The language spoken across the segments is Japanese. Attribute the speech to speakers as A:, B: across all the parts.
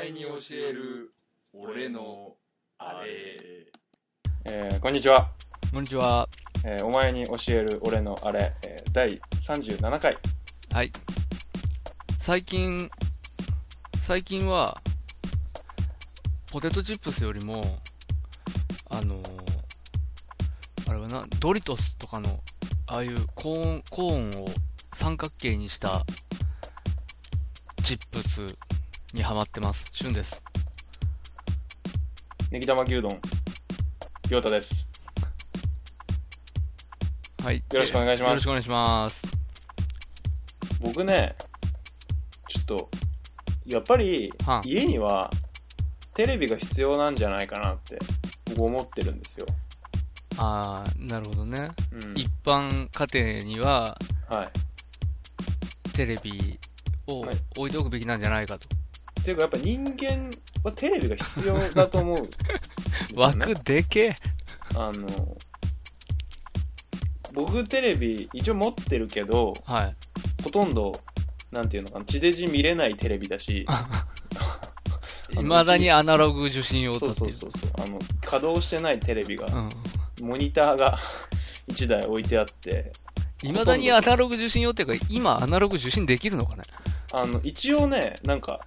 A: える俺のあれ
B: えーこんにちは、
C: こんにちは。
B: えーお前に教える俺のあれ、えー第37回
C: はい。最近、最近は、ポテトチップスよりも、あのーあれはな、ドリトスとかの、ああいうコーン、コーンを三角形にしたチップスにハマってます。シュンです。
B: ねぎ玉牛丼りょうたです
C: はい。
B: よろしくお願いします
C: よろしくお願いします。
B: 僕ねちょっとやっぱり
C: はん
B: 家にはテレビが必要なんじゃないかなって僕思ってるんですよ、
C: ああ、なるほどね。
B: うん、
C: 一般家庭には
B: はい
C: テレビを
B: はい
C: 置いておくべきなんじゃないかと。
B: っていうかやっぱ人間はテレビが必要だと思うんですよね
C: 枠でけえ。
B: あの僕テレビ一応持ってるけど
C: はい。
B: ほとんどなんていうのかな地デジ見れないテレビだし
C: いまだにアナログ受信用
B: そ
C: だ
B: う
C: っ
B: そ
C: ていうう。
B: そうそうあの稼働してないテレビが
C: うん
B: モニターが 1台置いてあって
C: いまだにアナログ受信用っていうか、今アナログ受信できるのかね
B: あの一応ねなんか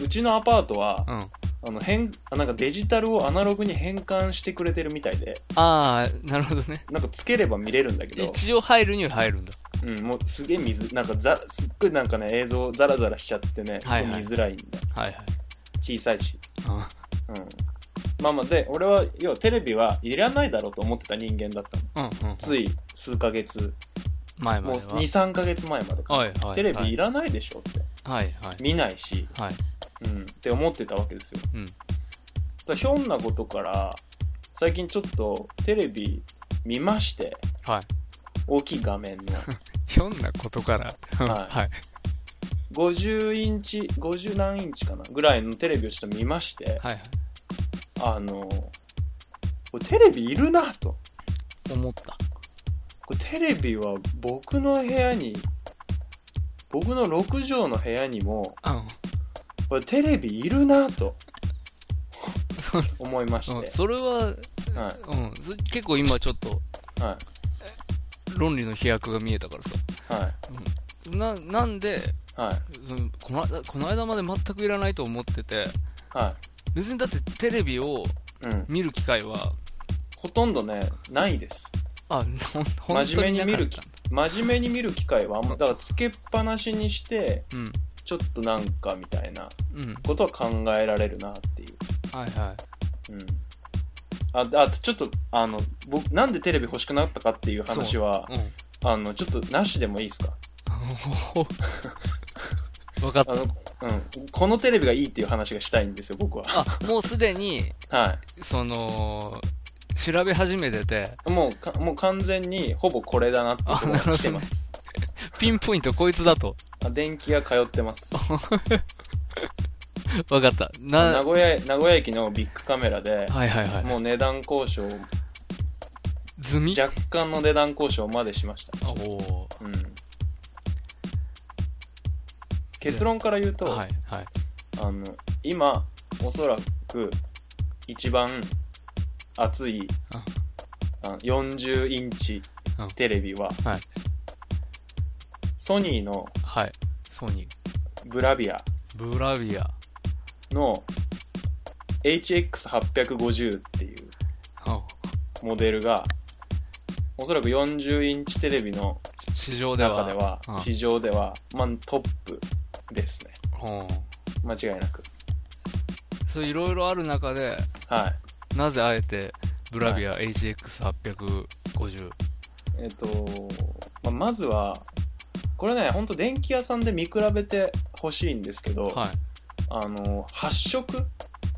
B: うちのアパートは
C: うん。
B: あの変あなんかデジタルをアナログに変換してくれてるみたいで
C: ああ、なるほどね。
B: なんかつければ見れるんだけど、
C: 一応入るには入るんだ。
B: うん、もうすげえ水なんかざすっごいなんかね映像ザラザラしちゃってねすご
C: はいいはい
B: 見づらいんだ、
C: はいはい。
B: 小さいし
C: うん
B: うん、まあまあで俺は要はテレビはいらないだろうと思ってた人間だったの
C: うんうん。
B: つい数ヶ月
C: 前ま
B: もう
C: では。
B: 23ヶ月前までか、
C: はいはいはい。
B: テレビいらないでしょって
C: はいはい。
B: 見ないし、
C: はい。
B: うん、って思ってたわけですよ
C: うん。
B: だからひょんなことから最近ちょっとテレビ見まして
C: はい。
B: 大きい画 面の
C: ひょんなことから。
B: はい
C: はい。
B: 50インチ50何インチかなぐらいのテレビをちょっと見まして
C: はいはい。
B: あのこれテレビいるなと
C: 思った。
B: これテレビは僕の部屋に僕の6畳の部屋にも
C: うん。
B: これテレビいるな と思いまして、
C: うん、それは、うん
B: はい、
C: そ結構今ちょっと
B: は
C: 論理の飛躍が見えたからさ。
B: いはい
C: な、なんで、
B: はい
C: うんこの間この間まで全くいらないと思ってて、
B: は
C: 別にだってテレビを
B: い、うん、
C: 見る機会は、
B: ほとんどねないです
C: あ、ほん本
B: 真
C: 当
B: 面
C: に
B: 目
C: な
B: に
C: か
B: 見
C: っ
B: る機真面目に見る機会はあんまだからつけっぱなしにして
C: た。うん。
B: ちょっとなんかみたいな
C: うん。
B: ことは考えられるなっていう
C: はいは。
B: うんああとちょっとあの僕なんでテレビ欲しくなったかっていう話はい
C: うん
B: あのちょっとなしでもいいですか
C: あほほほ。 わかっ
B: あ
C: た。
B: の、うん。このテレビがいいっていう話がしたいんですよ、僕は。
C: あ、もうすでに、
B: は
C: その、調べ始めてて、
B: い。もうか、もう完全に、ほぼこれだなっていうのが来てます。
C: ピンポイントこいつだと。
B: あ電気屋通ってます。
C: わかった。
B: 名
C: な、はい
B: 古屋、名古屋駅のビッグカメラで、
C: はいは
B: もう値段交渉、
C: い。済み
B: 若干の値段交渉までしまし
C: おお
B: た。うん。結論から言うと、
C: ー。はいはい。
B: あの、今、おそらく、一番熱い、あの40インチ
C: うん
B: テレビは、
C: はい
B: ソニーの
C: はい。ソニ
B: ブラビア
C: ー。ブラビア。
B: の HX850 っていう
C: うん
B: モデルが、おそらく40インチテレビの
C: 市場では。
B: 中では、
C: うん
B: 市場では、まあ、トップですね。
C: うん
B: 間違いなく。
C: そういろいろある中で、
B: はい。
C: なぜあえてブラビア HX850、
B: えっ、と、まあ、まずは、これね、ほんと電気屋さんで見比べてほしいんですけど、
C: はい、
B: あの、発色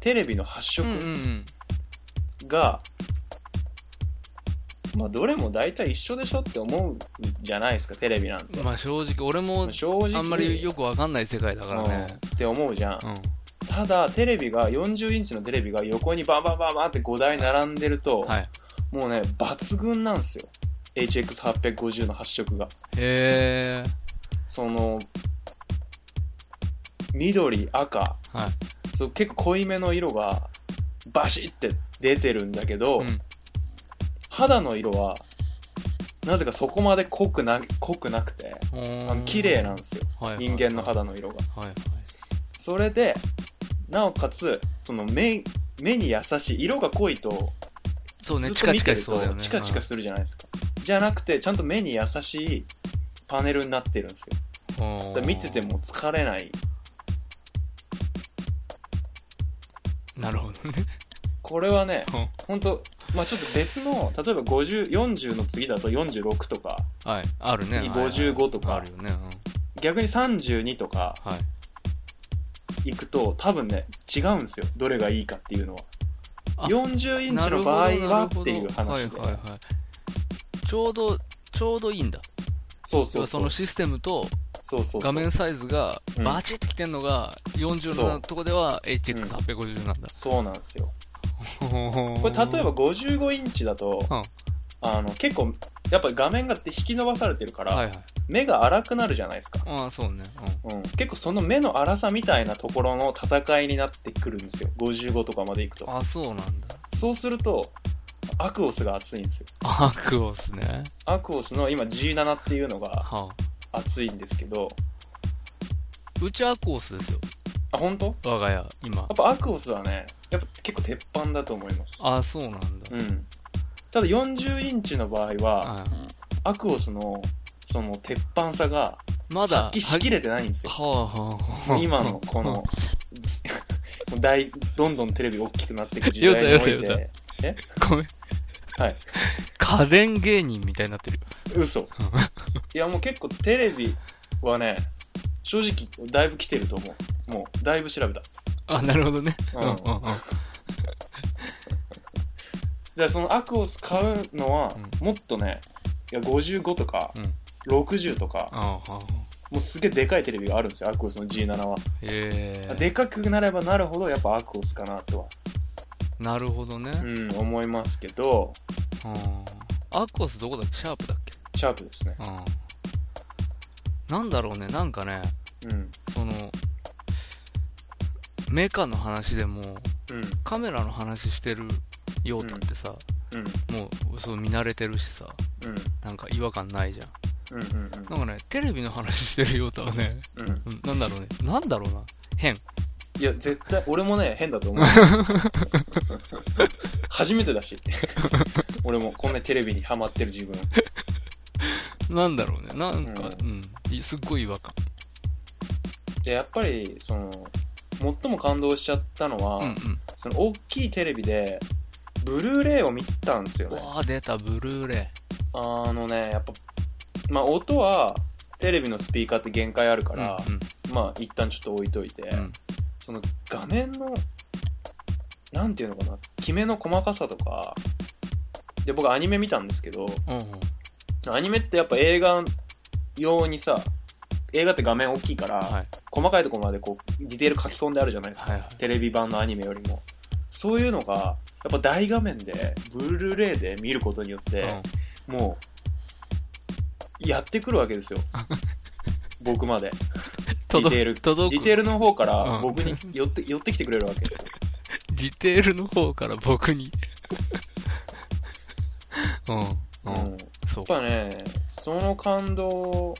B: テレビの発
C: うんうんう
B: 色
C: ん
B: が、まあ、どれも大体一緒でしょって思うじゃないですか、テレビなんて。
C: まあ正直俺も
B: 正直。
C: あんまりよくわかんない世界だからね
B: うんって思うじゃん。
C: うん
B: ただ、テレビが、40インチのテレビが横にバンバンバンバンって5台並んでると、
C: はい
B: もうね、抜群なんですよ。HX850 の発色が。
C: へえ
B: その緑赤
C: はい
B: そそう結構濃いめの色がバシッて出てるんだけど、
C: うん。
B: 肌の色はなぜかそこまで濃くな濃くなくて
C: お
B: あの
C: ー
B: 綺麗なんですよ
C: はいはい
B: 人間の肌の色が
C: はいはい。
B: それでなおかつその目目に優しい色が濃いと
C: そう
B: ず
C: ね、
B: っ
C: チ
B: と
C: カ
B: 見
C: チ
B: て
C: カ
B: る
C: し
B: と
C: そうだよね。
B: チカチカするじゃないですかじゃなくてちゃんと目に優しいパネルになってるんですよだ
C: う
B: から
C: ん
B: 見てても疲れない
C: なるほどね。
B: これはね
C: うん
B: 本当まあちょっと別の例えば50 40の次だと46とか
C: はい。あるね。
B: 次
C: はいはい
B: 55とか
C: あるよね。うん
B: 逆に32とか
C: はい。
B: 行くと多分ね違うんですよどれがいいかっていうのは
C: あ
B: 40イン
C: な
B: チ
C: る
B: の
C: ほど
B: 場合は
C: なるほ
B: っ
C: ど
B: ていう話で、
C: はいはいはい。ちょうど、ちょうどいいんだ。
B: そう
C: 要
B: そう
C: はそ
B: そう
C: のシステムと
B: そうそうそう
C: 画面サイズが
B: うん
C: バチッときてんのが40
B: そ
C: の
B: う
C: とこでは HX850 なんだ。
B: そうなんですよこ
C: こ
B: れ例えば55インチだと、
C: うん
B: あの結構やっぱり画面が引き伸ばされてるから、
C: はいはい。
B: 目が荒くなるじゃないですか、
C: ああ、そうね。
B: うん、結構その目の荒さみたいなところの戦いになってくるんですよ55とかまでいく
C: うん。
B: と
C: ああ、そうなんだ。
B: そうするとアクオスが熱いんですよ
C: アクオスね。
B: アクオスの今 G7 っていうのが
C: はあ。
B: 熱いんですけど
C: うちアクオスですよ。
B: あ本当
C: 我が家、今
B: やっ。ぱアクオスはね、やっぱ結構鉄板だと思います。
C: ああ、そうなんだ。
B: うん。ただ40インチの場合は、
C: は
B: アクオスのその鉄板さが
C: いまだ、
B: 発揮しきれてないんですよ。
C: はあはあはあ。
B: 今のこの、 大、どんどんテレビ大きくなっていく時
C: ヨタ
B: 代におい
C: ヨタヨ
B: て、
C: ごめん。
B: はい。
C: 家電芸人みたいになってる。
B: 嘘。いやもう結構テレビはね、正直だいぶ来てると思う。もう、だいぶ調べた。
C: あ、なるほどね。
B: う
C: うんんうんうん。
B: で、そのアクオス買うのは、
C: う
B: もっとね、いや55とか、
C: うん
B: 60とか、
C: ああ、はあ。
B: もうすげえでかいテレビがあるんですよ、アクオスの G7 は。
C: へえ。
B: でかくなればなるほど、やっぱアクオスかなとは、
C: なるほどね。
B: うん、思いますけど、
C: うん。アクオスどこだっけシャープだっけ
B: シャープですね。
C: うん。なんだろうね、なんかね、
B: うん。
C: その、メカの話でも、
B: うん。
C: カメラの話してるようだってさ、
B: うん。
C: もう、そう見慣れてるしさ、
B: うん。
C: なんか違和感ないじゃん。
B: うん。うん。
C: なんかね、テレビの話してるようだはね、
B: うん。うん。
C: うんなんだろうね、なんだろうな、変。
B: いや、絶対、俺もね、変だと 思う。初めてだし。俺も、こんなテレビにハマってる自分。
C: なんだろうね、なんか、
B: う
C: うん、いすっごい違和感。
B: で、やっぱり、その、最も感動しちゃったのは、
C: うんうん。
B: その、大きいテレビで、ブルーレイを見たんですよね。
C: わあ出た、ブルーレ
B: あのね、やっぱ、まあ音はテレビのスピーカーって限界あるか
C: イ。
B: ら、まあ一旦ちょっと置いといて、
C: うんうん。
B: その画面の、なんていうのかな、キメの細かさとか、で、僕アニメ見たんですけど、
C: うんうん。
B: アニメってやっぱ映画用にさ、映画って画面大きいから、
C: はい。
B: 細かいところまでこう、ディテール書き込んであるじゃないですか。
C: はいはい。
B: テレビ版のアニメよりも。そういうのが、やっぱ大画面で、ブルーレイで見ることによって、もう、やってくるわけ ですよ。僕まで。ディテ
C: 届
B: ー
C: く
B: ル。
C: 届
B: ディ
C: く
B: テールの方から
C: うん
B: 僕に寄って,、寄ってきてくれるわけですよ。
C: ディテールの方から僕に。
B: うん、や
C: うん。うん
B: っ。
C: そう。
B: ぱね、その感動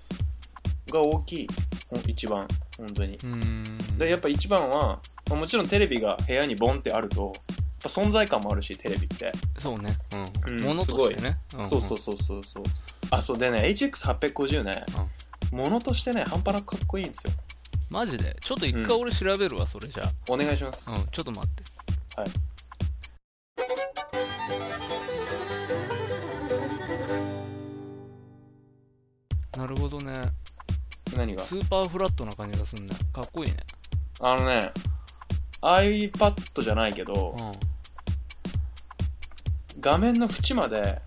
B: が大きい。ほん一番、本当に。
C: うーん。
B: でやっぱ一番は、まあもちろんテレビが部屋にボンってあると、やっぱ存在感もあるし、テレビって。
C: そうね。
B: う
C: う
B: ん
C: ん。ものとしてね。んん
B: そうそうそうそうそう。あ、そうでね、HX850 ね、ものとしてね、半端なくかっこいいんですよ。
C: マジで。ちょっと一回
B: うん
C: 俺調べるわ、それじゃあ。
B: お願いします。
C: うん、ちょっと待って。なるほどね。
B: 何が
C: スーパーフラットな感じがすんね。かっこいいね。
B: あのね、iPad じゃないけど、
C: う
B: 画面の縁まで
C: ん。うん。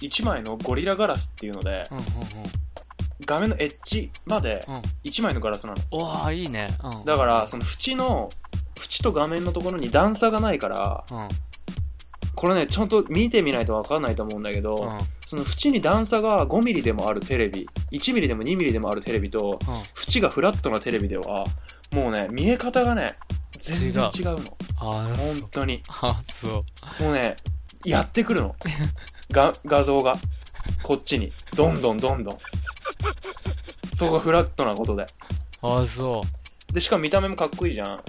B: 1枚のゴリラガラスっていうので、
C: うん。う
B: 画面のエッジまで
C: ん。うん。
B: 1枚のガラスなの。
C: うん。わあ、いいね。うん。
B: だから、その縁の、縁と画面のところに段差がないから、
C: うん。うん。
B: これね、ちゃんと見てみないとわかんないと思うんだけど、その縁に段差が5ミリでもあるテレビ、1ミリでも2ミリでもあるテレビと、
C: うん。
B: 縁がフラットなテレビでは、もうね、見え方がね、全然違うの。
C: あ
B: 本
C: あ、
B: 当に。
C: あそう。
B: もうね、やってくるの。 が、画像が。こっちに。どんどんどんどん。そこがフラットなことで。
C: あそう。
B: で、しかも見た目もかっこいいじゃん。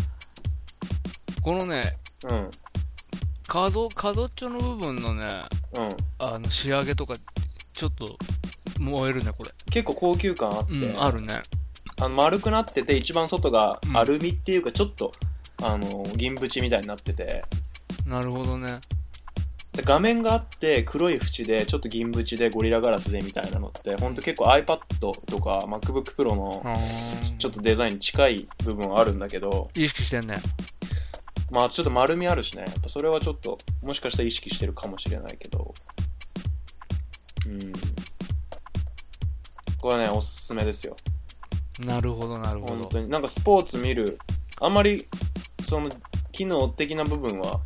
C: このね、
B: うん。
C: 画像、画像長の部分のね、
B: うん。
C: あの、仕上げとか、ちょっと、燃えるね、これ。
B: 結構高級感あって、
C: うん、あるね。
B: あの丸くなってて、一番外が
C: うん
B: アルミっていうか、ちょっと、あの、銀縁みたいになってて、
C: なるほどね。
B: で画面があって、黒い縁で、ちょっと銀縁で、ゴリラガラスでみたいなのって、ほんと結構 iPad とか MacBook Pro の、
C: あ
B: ちょっ
C: と。
B: とデザインに近い部分はあるんだけど、
C: 意識してんね。
B: まあちょっと丸みあるしね、やっぱそれはちょっと、もしかしたら意識してるかもしれないけど、うん。これね、おすすめですよ。
C: なるほど、なるほ
B: 本
C: ど。
B: 当になんかスポーツ見るあんまりその機能的な部分は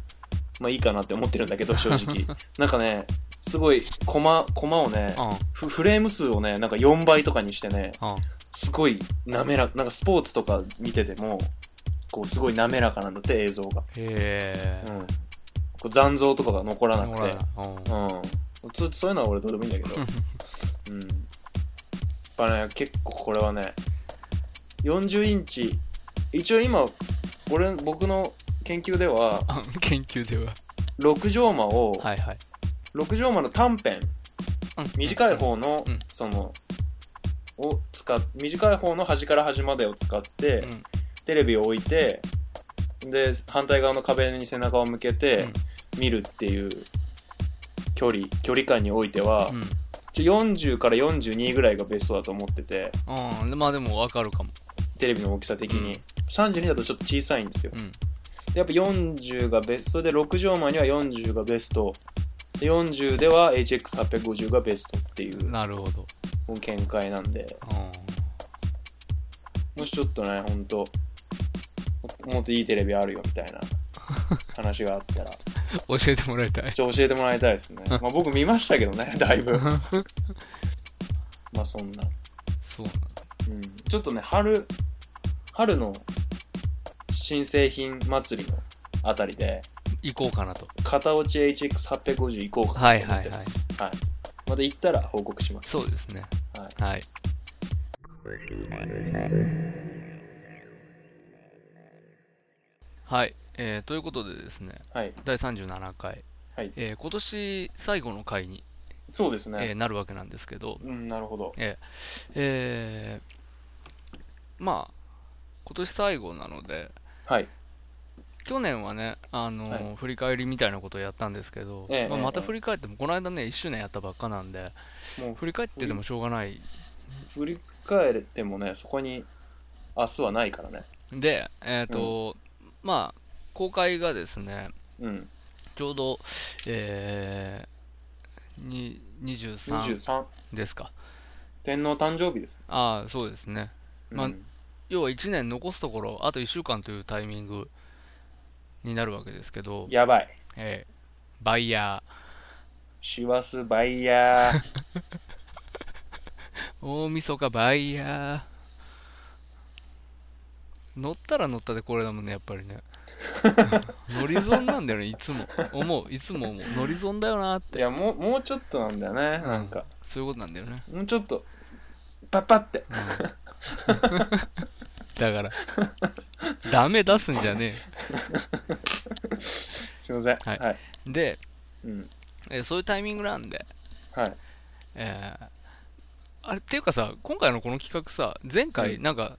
B: まあいいかなって思ってるんだけ ど正直なんかねすごいコマコマをね
C: うん、
B: フフレーム数をねなんか4倍とかにしてね
C: うん。
B: すごい滑らかなんかスポーツとか見ててもこうすごい滑らかなんだって映像が、
C: へえ
B: う。ん、こう残像とかが残らなく
C: ほ
B: て
C: らうん
B: うんつそういうのは俺どうでもいいんだけ どうんやっぱね結構これはね40インチ一応今俺僕の研究では
C: あ 研究では。
B: 六畳間を、
C: はいはい。
B: 六畳間の短編
C: うん
B: 短い。方の、
C: うん
B: そのを使っ短い方の端から端までを使って、
C: うん。うん
B: テレビを置いてで反対側の壁に背中を向けて見るっていう距離距離感においては、
C: うん。
B: 40から42ぐらいがベストだと思ってて
C: うんでまあでもわかるかも。
B: テレビの大きさ的に、
C: うん
B: 32だとちょっと小さいんですよ
C: う
B: で
C: ん。
B: やっぱ40がベストそれで6畳間には40がベストで40では HX850 がベストっていう
C: なるほど。
B: 見解なんで
C: う
B: もしちょっとねほんともっといいテレビあるよみた いな話があったら
C: ん。教えてもらいたい。
B: ちょっと教えてもらいたいですねまあ僕見ましたけどねだいぶまあそんな、
C: そうな
B: うん、ちょっとね春春の新製品祭りのあたりで
C: 行こうかなと。
B: 片落ち HX850 行こうか
C: は
B: ないと思
C: は
B: って
C: いはい
B: ます。また行ったら報告します。
C: そうですね。
B: はい
C: はい。はい。えーということでですね、
B: はい。
C: 第37回、
B: はい
C: えー今年最後の回に、
B: そうです
C: えー
B: ね。
C: なるわけなんですけど、
B: うん、なるほど。
C: えーまあ、今年最後なので、
B: はい。
C: 去年はね、あのー
B: は
C: 振り返りみたいなことをやったんですけど、
B: ええ
C: まあ、
B: ええ
C: また
B: ええ
C: 振り返っても、この間ね、1周年やったばっかなんで、
B: もう
C: 振り返っててもしょうがない
B: 振り返ってもね、そこに明日はないからね。
C: で、えっ、と、まあ、公開がですね、
B: うん。
C: ちょうど、えー、に23
B: 23。
C: ですか。
B: 天皇誕生日です。
C: ああ、そうですね。
B: うん
C: まあ要は1年残すところ、あと1週間というタイミングになるわけですけど、
B: やばい。
C: えーバイヤ
B: 師走バイヤ ー。
C: ー、大晦日バイヤー。乗ったら乗ったでこれだもんね、やっぱりね。 乗り損なんだよね、いつも。思う、いつも思う。乗り損だよなっ
B: い
C: て。
B: や、もう、もうちょっとなんだよね。なんか、
C: そういうことなんだよね。
B: もうちょっと、パッパって。
C: うんだから、ダメ出すんじゃね
B: すいません。
C: はい
B: はい。
C: え。で、
B: うん。
C: えーそういうタイミングなんで、
B: はい。
C: えーあれっていうかさ、今回のこの企画さ、前回
B: うん
C: なんか、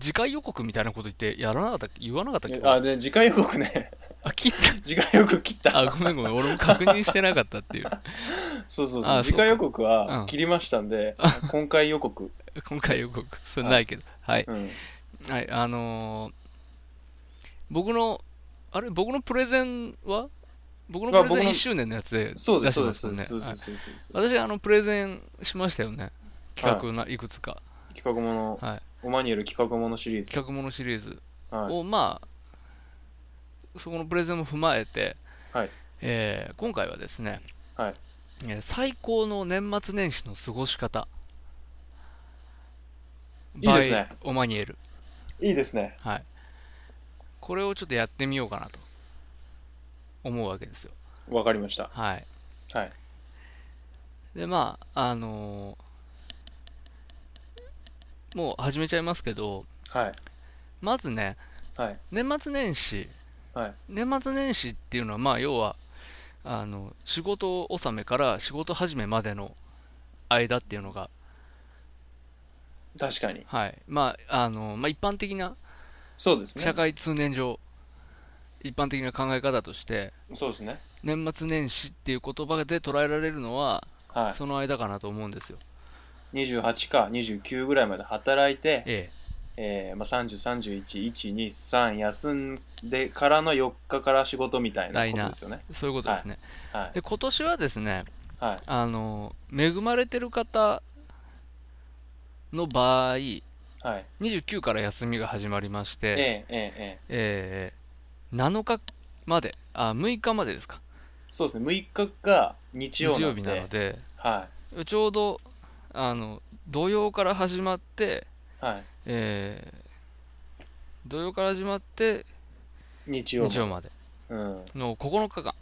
C: 次回予告みたいなこと言って、やらなかったっけ言わなかったっけ
B: あ、で、次回予告ね。
C: あ、切った。
B: 次回予告切った。
C: あ、ごめんごめん、俺も確認してなかったっていう。
B: そうそうそ
C: あ
B: う。次回予告
C: うん
B: は切りましたん で、今回予告。
C: 今回予告、それないけど。はい。
B: うん。
C: はい、あのー僕の、あれ僕のプレゼンは僕の
B: まあ
C: プ
B: 僕
C: レゼン
B: の
C: 1周年のやつで出
B: そうです、
C: し
B: そう
C: ま
B: ですす。そう
C: よ
B: で
C: ね。
B: す。そうで
C: はい
B: すそうですそうです。
C: 私、あの、プレゼンしましたよね。企画ないくつか。
B: 企画もの、
C: はい。
B: オマニュエル企画ものシリーズ。
C: 企画ものシリーズ
B: はい。
C: を、まあ、そこのプレゼンも踏まえて、
B: はい
C: えー今回はですね、
B: はい
C: えー最高の年末年始の過ごし方。
B: いいですね
C: by オマニエル。
B: いいですね。
C: はい。これをちょっとやってみようかなと思うわけですよ。
B: わかりました。
C: はい。
B: はい。
C: で、まあ、あのーもう始めちゃいますけど、
B: はい。
C: まずね、
B: はい。
C: 年末年始、
B: はい。
C: 年末年始っていうのは、まあ、要は、あの、仕事納めから仕事始めまでの間っていうのが、
B: 確かに。
C: はい。まあ、あの、まあ、一般的な、
B: そうですね。
C: 社会通念上、一般的な考え方として、
B: そうですね。
C: 年末年始っていう言葉で捉えられるのは、
B: は
C: その間かなと思うんですよ。
B: い。28か29ぐらいまで働いて、
C: え
B: えーまあ、30、31、1、2、3休んでからの4日から仕事みたいなことですよね。
C: え、そういうことですね。
B: は
C: で、今年はですね、
B: い。はい。
C: あの、恵まれてる方の場合、
B: はい。
C: 29から休みが始まりまし
B: え
C: て、
B: えええええ
C: えー7日まで、あ、6日までですか、
B: そうですね。6日が日
C: 日
B: 曜な
C: 曜
B: ので。
C: 日なので、
B: は
C: ちょうど、あの、土曜から始まって、
B: い。はい。
C: えー土曜から始まって
B: 日曜
C: 日曜まで
B: うん。
C: の9日間、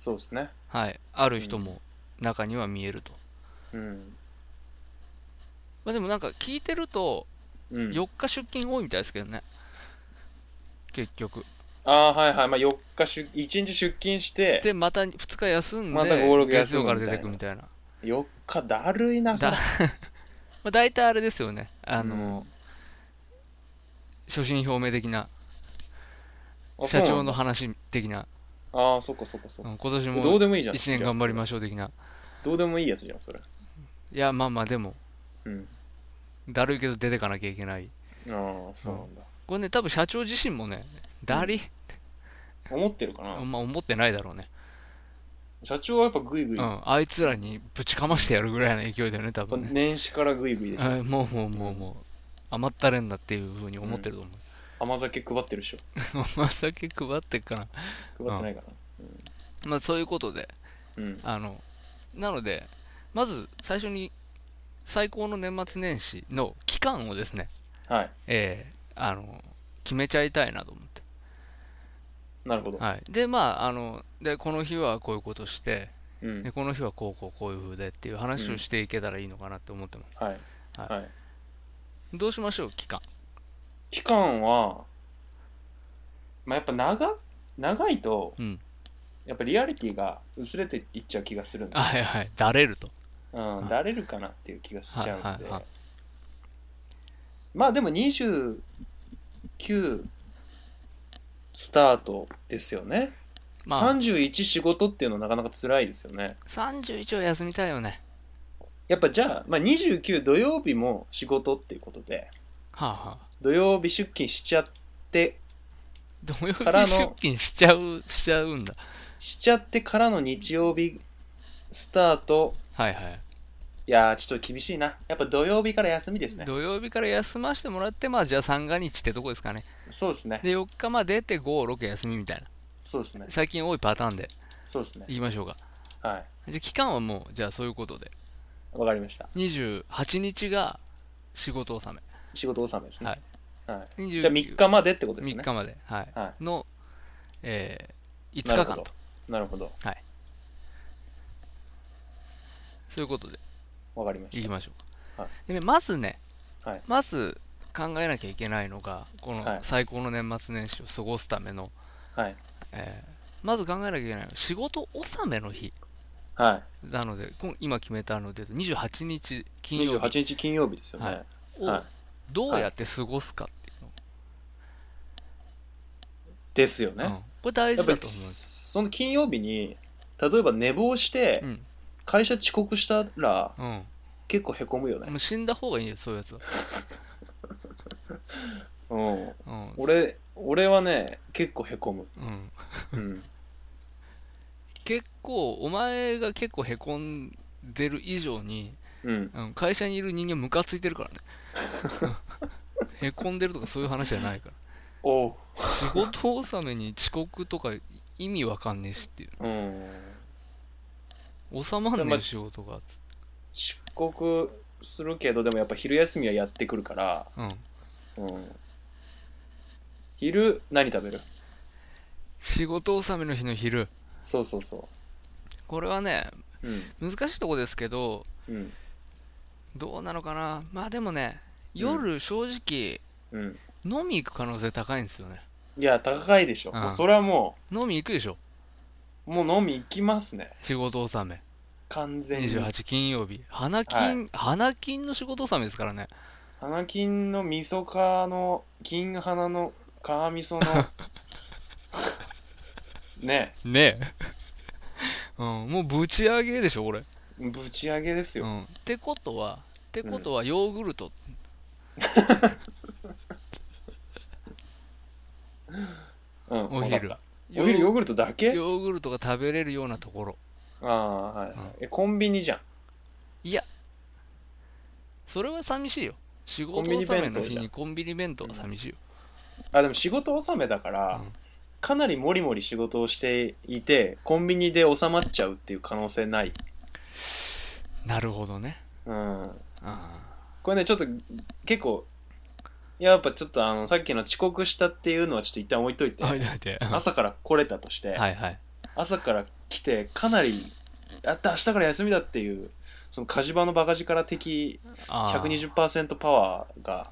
B: そうですね。
C: はい、ある人も中には見えると。
B: うん。
C: まあ、でもなんか聞いてると、
B: うん、
C: 4日出勤多いみたいですけどね、結局。
B: ああー、はいはい。まあ、4日出、1日出勤して、
C: で、また2日休んで、
B: また5 6
C: 月
B: 休
C: 曜
B: むみたいな
C: から出てくみたいな。
B: 4日だるいな、そ
C: だ
B: れ
C: まあ大体あれですよね、あの、所信表明的な、
B: あ
C: 社長の
B: そうなんだ
C: 話的な、
B: ああ、そっかそっかそっ
C: う
B: か。
C: ん今年
B: どう
C: も
B: でもいいじゃん。
C: 1年頑張りま
B: し
C: しょう的な。
B: どうでもいいやつじゃん、それ。
C: いや、まあまあ、でも、
B: うん。
C: だるいけど出てかなきゃいけない。
B: ああ、そうなんだ。
C: これね、多分社長自身もね、ダリ、
B: 思ってるかな、
C: まあ思ってないだろうね。
B: 社長はやっぱグイグイ、
C: う
B: やっ
C: ん、あいつらにぶちかましてやるぐらいの勢いだよね、多
B: ぱ
C: 分ね。
B: 年始からグイグイでしょ。
C: はいもうもうもうもう、甘ったれんなっていうふうに思ってると思
B: 甘酒配ってるでしょ。
C: う。 まさき配ってっか
B: 配
C: な。
B: ってないかな。
C: まあそういうことで、
B: うん。うん
C: あの、なので、まず最初に最高の年末年始の期間をですね、
B: はい。
C: えーあの、決めちゃいたいなと思って。
B: なるほど。
C: はい。で、まあ、あの、で、この日はこういうことして、
B: うん
C: で。この日はこうこうこういう風でっていう話
B: う
C: を
B: ん
C: していけたらいいのかなって思ってます、
B: はい。
C: はい
B: はい。
C: どうしましょう期間
B: 期間は、まあ、やっぱ長、長いと、
C: うん
B: やっぱリアリティが薄れていっちゃう気がするんで、
C: はいはいだれると
B: うん、だれるかなっていう気がしちゃうんで、
C: はいはいはい
B: まあでも29スタートですよね、
C: まあ
B: 31仕事っていうのはなかなか辛いですよね
C: 31を休みたいよね
B: やっぱじゃあ、まあ、29土曜日も仕事っていうことで
C: はあはあ
B: 土曜日出勤しちゃって
C: 土曜日
B: から
C: 出
B: の
C: 勤しちゃうしちゃうんだ
B: しちゃってからの日曜日スタート
C: はいはい、
B: いやーちょっと厳しいなやっぱ土曜日から休みですね
C: 土曜日から休ませてもらってまあじゃあ三が日ってとこですかね
B: そうですね
C: で4日まあ出て56休みみたいな
B: そうですね
C: 最近多いパターンで
B: そうですね
C: いきましょうか
B: は
C: じゃあ期間はもうじゃあそういうことで
B: いわかりました
C: 28日が仕事納め
B: 仕事納めですね
C: はい
B: はい
C: 29
B: じゃあ3日までってことです
C: 3
B: ね
C: 日。まで、はい
B: は
C: の、えー5
B: なる
C: 日間
B: ほ
C: と
B: どなるほど。
C: そういうことで
B: わかりま
C: い
B: し
C: き
B: た。
C: ましょうか、
B: はい
C: でねまずね、
B: はい
C: まず考えなきゃいけないのがこ
B: はい
C: の最高の年末年始を過ごすための、
B: はい。
C: えーまず考えなきゃいけないのは仕事納めの日
B: は
C: なのでこん今決めたので28日
B: い。
C: 金曜日
B: 28日金曜日ですよ
C: は
B: ね
C: い。を
B: は
C: どうやって過ごすかっていうの、
B: ですよ
C: うん
B: ね。
C: これ
B: や
C: 大
B: っ
C: 事
B: ぱ
C: だ
B: り
C: と思うんです、
B: その金曜日に、例えば寝坊して
C: うん
B: 会社遅刻したら
C: うん、
B: 結構へこむよね
C: も。う死んだ方がいいよそういうやつは、
B: うん。
C: うん
B: 俺、俺はね、結構へこむ。
C: うん、
B: うん。
C: 結構お前が結構へこんでる以上に、
B: うん。
C: うん、会社にいる人間ムカついてるからねうんへこんでるとかそういう話じゃないか
B: おう。
C: ら仕事納めに遅刻とか意味わかんねえしってい
B: うん。
C: う収まんねえ仕事が
B: 出国するけど、でもやっぱ昼休みはやってくるから、
C: うん
B: うん。昼、何食べる
C: 仕事納めの日の昼。
B: そうそうそ
C: これはね、
B: う。うん。
C: 難しいとこですけど、
B: うん。
C: どうなのかな。まあでもね、夜正直、
B: うん。
C: 飲み行く可能性高いんですよね。
B: いや、高いでしょ。
C: うん
B: もうそれはも
C: 飲み行くでしょ。
B: う、もう飲み行きますね。
C: 仕事納め。
B: 完全に。
C: 28金曜日。花金、花金の仕事納めですからね。
B: 花金の味噌かの、金花の、皮味噌 の、ね
C: ねえ。 うん、もうぶち上げでしょ、これ。
B: ぶち上げです
C: う
B: よ。
C: ん、ってことは、ってことはヨーグルト、
B: うん。
C: お昼
B: わかった。お昼ヨー
C: グ
B: グルトだけ
C: ヨーグルトが食べれるようなところ。
B: ああ、はいはい。え、コンビニじゃん。
C: それは寂しいよ。仕
B: コ
C: 事
B: ンビニ
C: 納め
B: 弁当
C: の
B: じゃん
C: 日にコンビニ弁当は寂しいよ。
B: あ、でも仕事納めだから、
C: うん
B: かなりもりもり仕事をしていて、コンビニで収まっちゃうっていう可能性ない。
C: なるほどね。
B: うん。
C: あ
B: これね、ちょっと、結構、いややっぱちょっとあの、さっきの遅刻したっていうのはちょっと一旦置いといて、
C: あ、はいはいはい
B: 朝から来れたとして、
C: はいはい。
B: 朝から来て、かなり、やった、明日から休みだっていう、その火事場のバカ力的
C: あー
B: 120%パワーが、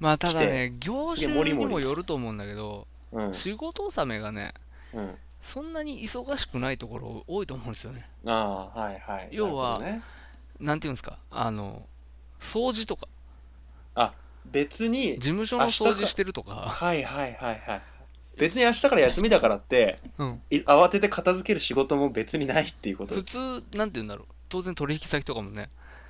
C: まあただね、
B: て
C: 業
B: す
C: 種
B: げえモリ
C: に
B: モリ
C: もよると思うんだけど、
B: うん、
C: 仕事納めがね、
B: うん。
C: そんなに忙しくないところ多いと思うんですよね。
B: ああ、はいはい。
C: 要は
B: なるほどね、
C: なんていうんですか、あの、掃除とか、
B: 別に
C: 事、務所の掃除してるとか、
B: はいはいはいはい。別に明日から休みだからって、
C: うん
B: い慌てて片付ける仕事も別にないっていうこと
C: 普。通、なんていうんだろう、当然取引先とかもね、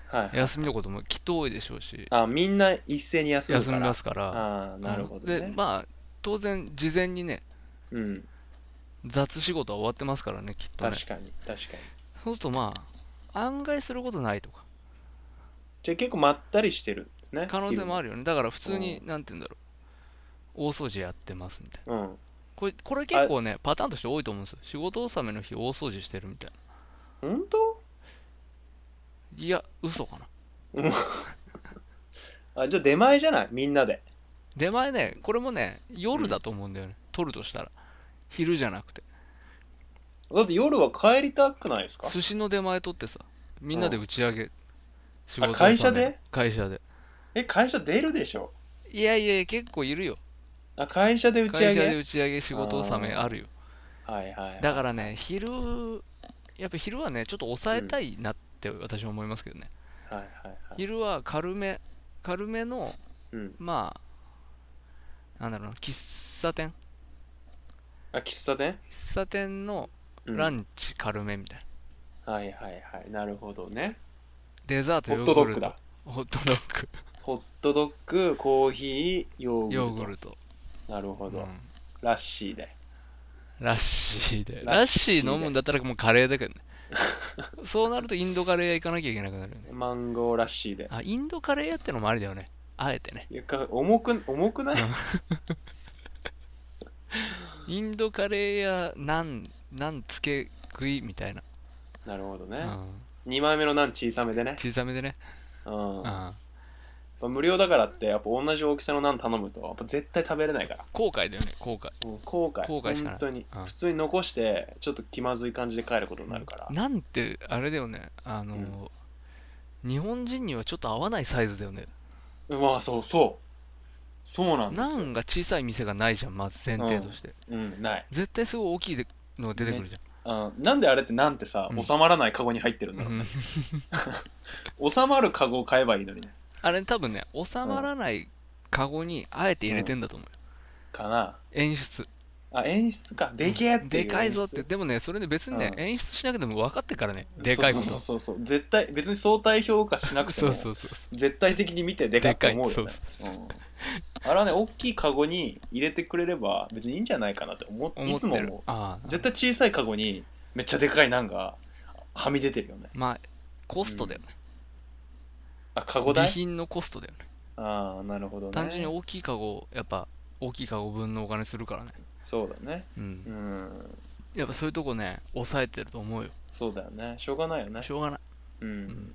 B: はい。
C: 休みのこともきっと多いでしょうし、
B: あ、みんな一斉に休む
C: 休
B: から。
C: みますから、
B: ああ、なるほど、
C: で
B: ね。
C: まあ、当然、事前にね、
B: うん。
C: 雑仕事は終わってますからね、きっとね。
B: 確かに、確かに。
C: そうすると、まあ、案外することないとか、
B: じゃあ結構まったりしてるんですね。
C: 可能性もあ
B: る。
C: るよね。だから、普通に
B: う、
C: なんていうんだろう、大掃除やってますみたいな。
B: うん。
C: これこれ結構ね、パターンとして多いと思うんですよ。仕事納めの日、大掃除してるみたいな。
B: 本当
C: いや、嘘かな。
B: あ、じゃあ出前じゃないみんなで。
C: 出前ね、これもね、夜だと思うんだよね、撮るとしたら。昼じゃなくて。
B: だって夜は帰りたくないですか
C: 寿司の出前取ってさ、みんなで打ち上げ、仕
B: あ会社で
C: 納め会社で。
B: え、会社出るでしょ
C: いやいや、結構いるよ。
B: あ、会社で打ち上
C: 会社で
B: げ
C: 打ち上げ仕事納めあるよ。
B: はいはいはい。
C: だからね、昼、やっぱ昼はね、ちょっと抑えたいなって私は思いますけどね。
B: ら。はいはいはい。
C: 昼は軽め、軽めの、
B: うん。
C: まあ、なんだろうな、喫茶店
B: あ、喫茶店
C: 喫茶店の
B: うん
C: ランチ軽めみたいな。
B: はいはいはい。なるほどね。
C: デザート
B: ホ
C: ヨ
B: ッ
C: ー
B: トド
C: グ
B: ッ
C: ル
B: グ
C: ト
B: だ。。
C: ホットドッグ。
B: ホットドッグ、コーヒー、ヨーグルト。
C: ヨーグルト。
B: なるほど。
C: うん
B: ラッシーで。
C: ラッシーで。ラ
B: ラ
C: ッ
B: ッ
C: シ
B: シーで
C: ー飲むんだったらもうカレーだけどね。そうなるとインドカレー屋行かなきゃいけなくなるよね。
B: マンゴーラッシーで。
C: あ、インドカレー屋ってのもありだよね。あえてね。
B: いやか重く、重くない
C: インドカレー屋なん、なんつけ食いみたいな。
B: なるほど
C: う
B: ね。
C: ん、
B: 2枚目のナン小さめでね。
C: 小さめでね。
B: うん
C: う。ん、
B: 無料だからって、やっぱ同じ大きさのナン頼むと、やっぱ絶対食べれないから。
C: 後悔だよね、後悔。
B: うん後悔。
C: 後悔しかな
B: 本
C: い
B: 当に
C: うん。
B: 普通に残して、ちょっと気まずい感じで帰ることになるから。
C: なんて、あれだよね。あのー、日本人にはちょっと合わないサイズだよね。
B: うまあ、そうそう。そうなんで
C: ナ
B: すよ。
C: ンが小さい店がないじゃん、まず前提として。
B: うん、ない。
C: 絶対すごい大きいのが出てくるじ
B: うんなんであれってなんてさ
C: う、ん
B: 収まらないカゴに入ってるん
C: ゃ
B: だ
C: ん。
B: ろ
C: う
B: うんね。収まるカゴを買えばいいのにね。
C: あれ多分ね、収まらないカゴにあえて入れてんだと思うよ。
B: かな。
C: 演出。
B: あ、演出か。でけえっていう演出。
C: でかいぞって。でもね、それね、別にね、
B: うん
C: 演出しなくても分かってっからね、でかいこと。
B: そうそうそうそう絶対別に相対評価しなくて
C: そ
B: も
C: うそうそう。
B: 絶対的に見てでかいと思うよ
C: で
B: ね
C: かい
B: うんあれはね大きいカゴに入れてくれれば別にいいんじゃないかなって思って
C: 思
B: い
C: っ
B: つも
C: てる
B: 思。
C: ああ
B: う。絶対小さいカゴにめっちゃでかいなんがはみ出てるよね
C: まあ、コストだよね。
B: あカゴ
C: 備
B: 代
C: 品のコストだよね。
B: ああなるほどね
C: 単純に大きいカゴ、やっぱ、大きいカゴ分のお金するからね。
B: そうだね
C: う。
B: うんん
C: やっぱそういうとこね、抑えてると思うよ。
B: そうだよねしょうがないよね
C: しょうがない。
B: う
C: うんん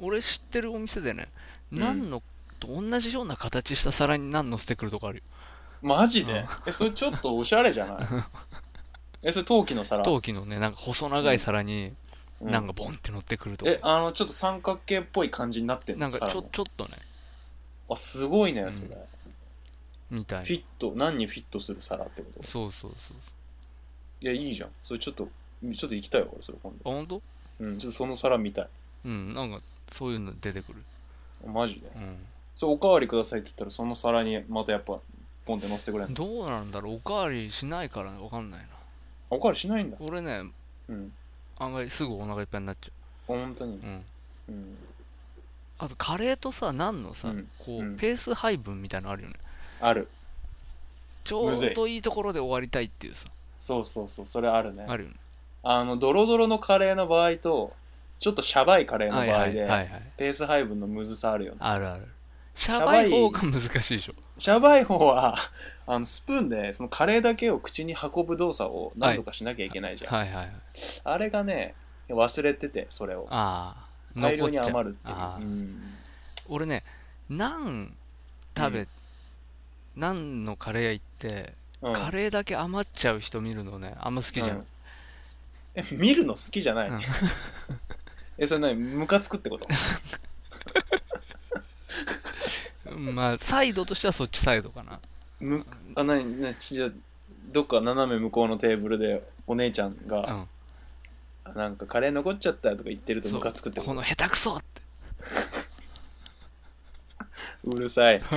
C: 俺知ってるお店でね、
B: うん
C: ナンのと同じような形した皿にナン乗せてくるとこあるよ。
B: マジ
C: う
B: で
C: ん
B: え、それちょっとおしゃれじゃないえ、それ陶器の皿
C: 陶器のね、なんか細長い皿に、
B: うん
C: なんかボンって乗ってくると
B: え、あの、ちょっと三角形っぽい感じになってん
C: な
B: の
C: んか
B: 皿
C: ちょ
B: も
C: ちょっとね、
B: あ、すごいね、
C: うん
B: それ。
C: みたいな
B: フィット、何にフィットする皿ってこと
C: そうそうそう。
B: いや、いいじゃん。それちょっと、ちょっと行きたいわ、俺、それ今
C: あ、
B: 度。
C: ほんと
B: うん、ちょっとその皿見たい。
C: うん、なんかそういうの出てくる。
B: マジで。
C: う
B: それおかわりくださいって言ったら、その皿にまたやっぱ、ポンって乗せてくれん
C: ん。
B: の。
C: どうなんだろうおかわりしないからわかんないな。
B: おかわりしないんだ。
C: 俺ね、
B: うん。
C: 案外すぐお腹いっぱいになっちゃ
B: 本当に
C: う。う。ん。
B: うん。
C: あとカレーとさ、何のさ、
B: うん
C: こ
B: うん
C: う、ペース配分みたいなのあるよね。
B: ある。
C: ちょ
B: むずいう
C: どいいところで終わりたいっていうさ、
B: そうそうそう、それあるね。
C: あるよね。
B: あの、ドロドロのカレーの場合と、ちょっとシャバいカレーの
C: はい
B: 場
C: は
B: 合
C: い
B: で、
C: はいはい。
B: ペース配分のむずさあるよね。
C: あるある。シ
B: ャ
C: ャ
B: バ
C: バ
B: い
C: い方が難しいでしょ。
B: シャバい方は、あの、スプーンで、そのカレーだけを口に運ぶ動作を何とかしなきゃいけないじゃん。
C: はいはいはい。
B: あれがね、忘れてて、それを。
C: ああ、
B: 大量に
C: 残っちゃう
B: 余るっていう。
C: あ
B: う
C: ー
B: ん
C: 俺ね、何食
B: う
C: べ、何のカレー屋行って、
B: うん
C: カレーだけ余っちゃう人見るのね、あんま好きじゃ
B: うんん。え、見るの好きじゃない、
C: うん
B: え、それ何ムカつくって こと
C: まあ、サイドとしてはそっちサイドかな。
B: むあ、なに、なじゃあどっか斜め向こうのテーブルでお姉ちゃん
C: う
B: が、
C: ん。
B: なんかカレー残っちゃったとか言ってると
C: そう
B: ムカつくってこ
C: ことの下手くそって。
B: うるさ い。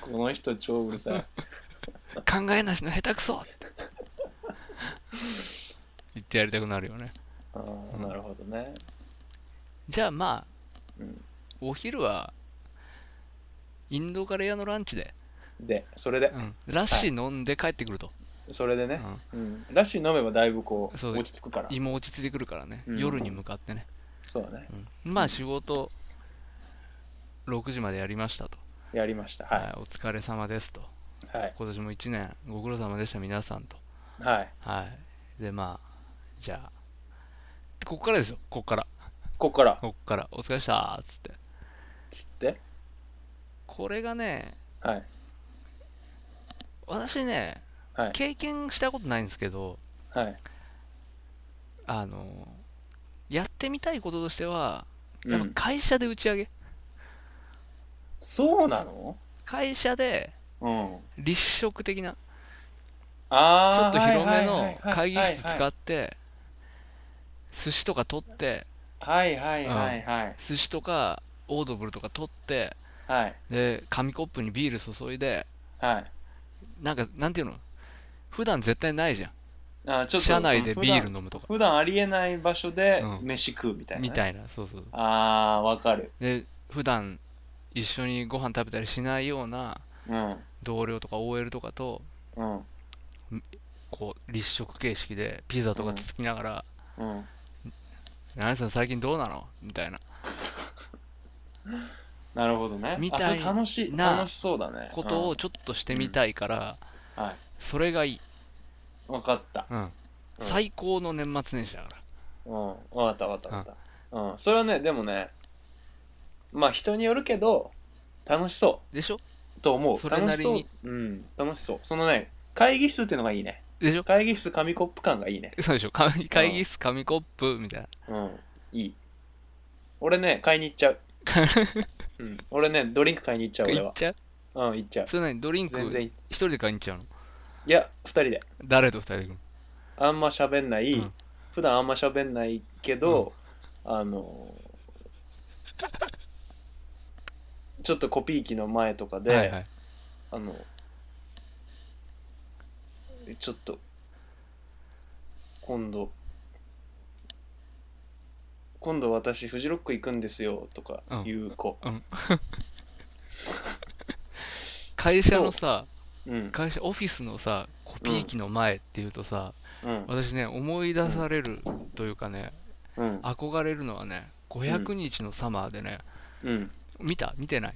B: この人超うるさ い。
C: 考えなしの下手くそって 言ってやりたくなるよね
B: あーなるほどね。
C: じゃあまあ
B: うん、
C: お昼はインドカレー屋のランチで、
B: で、それで
C: う、ん、ラッシー飲んで帰ってくると、
B: それでね、
C: うん
B: うん、ラッシー飲めばだいぶこう
C: そう
B: 落ち着くから
C: 胃も落ち着いてくるからね、
B: うん
C: 夜に向かってね、
B: そうだね
C: うん、まあ仕事6時までやりましたと、
B: やりましたは
C: お疲れ様ですと
B: いはい
C: 今年も1年ご苦労様でした皆さんと
B: はい
C: はいでまあじゃあここからですよここから
B: こっから
C: ここからお疲れっしたっつって
B: つって
C: これがね、
B: はい
C: 私ね、
B: はい
C: 経験したことないんですけど、
B: はい
C: あの、やってみたいこととしては、
B: う
C: やっ
B: ん
C: ぱ会社で打ち上げ、
B: そうなの
C: 会社で
B: うん
C: 立食的な、ちょ
B: あ
C: っ
B: あ
C: と広めの
B: はい
C: 会議室使
B: は
C: って、寿司とか取って、
B: いはいはいはい
C: 寿司とかオードブルとか取って、
B: はい
C: で、紙コップにビール注いで、
B: はい
C: なんか、なんていうの、普段絶対ないじゃ
B: あーちょ
C: ん。
B: っと
C: 社内で
B: その
C: ビ
B: 普段
C: ール飲むとか、
B: 普段ありえない場所で
C: うん
B: 飯食うみたいなね
C: みたいな、そうそう。
B: あーわかる
C: で普段一緒にご飯食べたりしないような
B: うん
C: 同僚とか OL とかと
B: うん
C: こう立食形式でピザとかつつきながら
B: うん
C: 「何さん最近どうなの?」みたいな
B: なるほどね
C: み
B: あ
C: たい
B: それ
C: な
B: 楽しい楽しそうだね
C: こと
B: う
C: をちょっとしてみたいから
B: んはい
C: それがいい、
B: わかった
C: うん
B: うん
C: 最高の年末年始だから
B: うん、わかったわかったわかった。うん、それはね、でもね、まあ人によるけど、楽しそ
C: でしょ
B: うと思う。
C: それなりに
B: 楽しそう。うん、楽しそう。そのね、会議室っていうのがいいね。
C: でしょ
B: 会議室紙コップ感がいいね。
C: そうでしょ紙会議室紙コップみたいな
B: うん、いい。俺ね、買いに行っ ちゃう。うん、俺ね、ドリンク買いに行っちゃう、俺
C: 行っ
B: は。
C: ちゃう
B: うん、行っちゃう。
C: それ何ドリンク
B: 全然いい。
C: 一人で買いに行っちゃうの
B: いや、二人で。
C: 誰と二人で行くの
B: あんま喋んない、
C: うん
B: 普段あんま喋んないけど、あのー、ちょっとコピー機の前とかで、
C: はいはい
B: あの、えちょっと、今度、今度私、フジロック行くんですよとか
C: うん
B: いう子。
C: 会社のさ
B: うん。
C: 会社オフィスのさコピー機の前っていうとさ、
B: うん。
C: 私ね思い出されるというかね
B: うん。
C: 憧れるのはね500日のサマーでね、
B: うん。
C: 見た見てない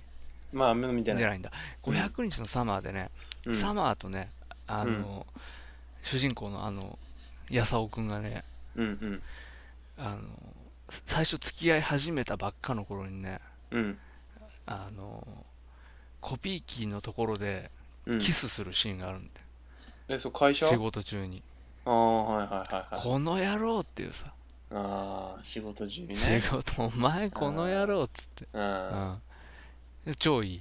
B: まあ、みた
C: 見
B: い
C: て
B: な。
C: ないんだ
B: うん
C: 500日のサマーでね、
B: うん
C: サマーとねあの、主人公のあのやさおくんがね
B: うん。
C: あの最初付き合い始めたばっかの頃にね
B: うん。
C: あのコピー機のところで
B: うん
C: キスするシーンがあるんで、
B: え、そう、会社
C: 仕事中に、
B: ああ、はいはいはいはい。
C: この野郎っていうさ、
B: ああ、仕事中に
C: 仕
B: ね。
C: 事、お前この野郎っつって、
B: うん。
C: うん、超いい。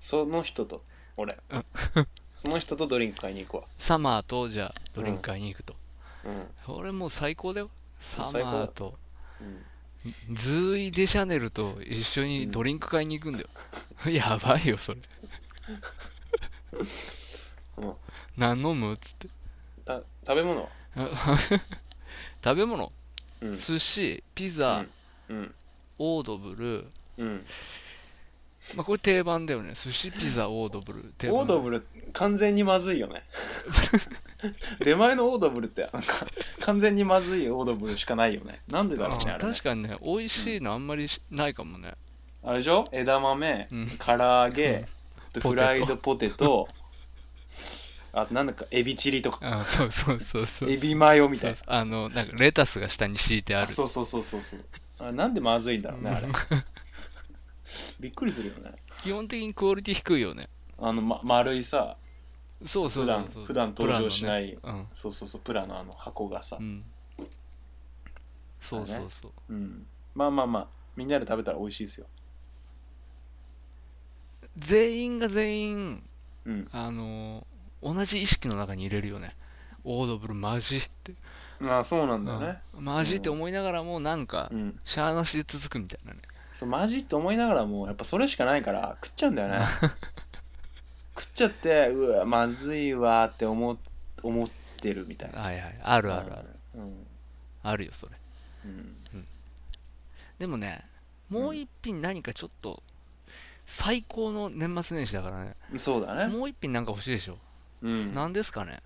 B: その人と、俺
C: うん。
B: その人とドリンク買いに行くわ。
C: サマーとじゃあドリンク買いに行くと、
B: うん。
C: 俺もう最高だよサ
B: 最高
C: マ
B: だ
C: ーと
B: うん
C: ズーイ・デシャネルと一緒にドリンク買いに行くんだよ、 やばいよそれ
B: うん
C: 何飲むっつって
B: た食べ物は
C: あ食べ物
B: うん。
C: 寿司ピザ、
B: うん。
C: オードブル、
B: うん。
C: まあ、これ定番だよね寿司ピザオードブル定番
B: オードブル、完全にまずいよ ね。出前のオードブルって、なんか、完全にまずいオードブルしかないよね。なんでだろうね、
C: あ
B: あれね
C: 確。かにね美味しいのあんまりしないかもね、
B: あれでしょ枝豆
C: うん、
B: 唐揚
C: うん
B: げ、あと
C: ポテト
B: フライドポテト、あとなんだか、エビチリとか、
C: あそうそうそうそう
B: エビマヨみたい
C: そうあのなんかレタスが下に敷いてあ
B: な。
C: る
B: そうそうそうそうそう。あれなんでまずいんだろうね、あれ
C: うん。
B: びっくりするよね。
C: 基本的にクオリティ低いよね
B: あの、ま、丸いさ、
C: そうそ
B: 普
C: うそう
B: 段、
C: そう
B: 普段登場しない、
C: プランのね
B: そうそうそう、プラのあの箱がさ
C: う、ん、うん、そうそうそう、
B: うん。まあまあまあ、みんなで食べたら美味しいですよ。
C: 全員が全員
B: うん。
C: あのー同じ意識の中に入れるよねオードブルマジって、
B: ああ、そうなんだよね。
C: うんマジって思いながらもなんか、
B: うん。
C: しゃーなしで続くみたいなね
B: そう、マジって思いながらも、やっぱそれしかないから、食っちゃうんだよね。食っちゃって、うわ、まずいわって思っ思ってるみたいな。
C: はいはいあるあるある、
B: うん。
C: あるよそれ
B: うん。
C: でもねもう一品何かちょっと最高の年末年始だからね、
B: うん。そうだね。
C: もう一品なんか欲しいでしょ、
B: うん。
C: 何ですかね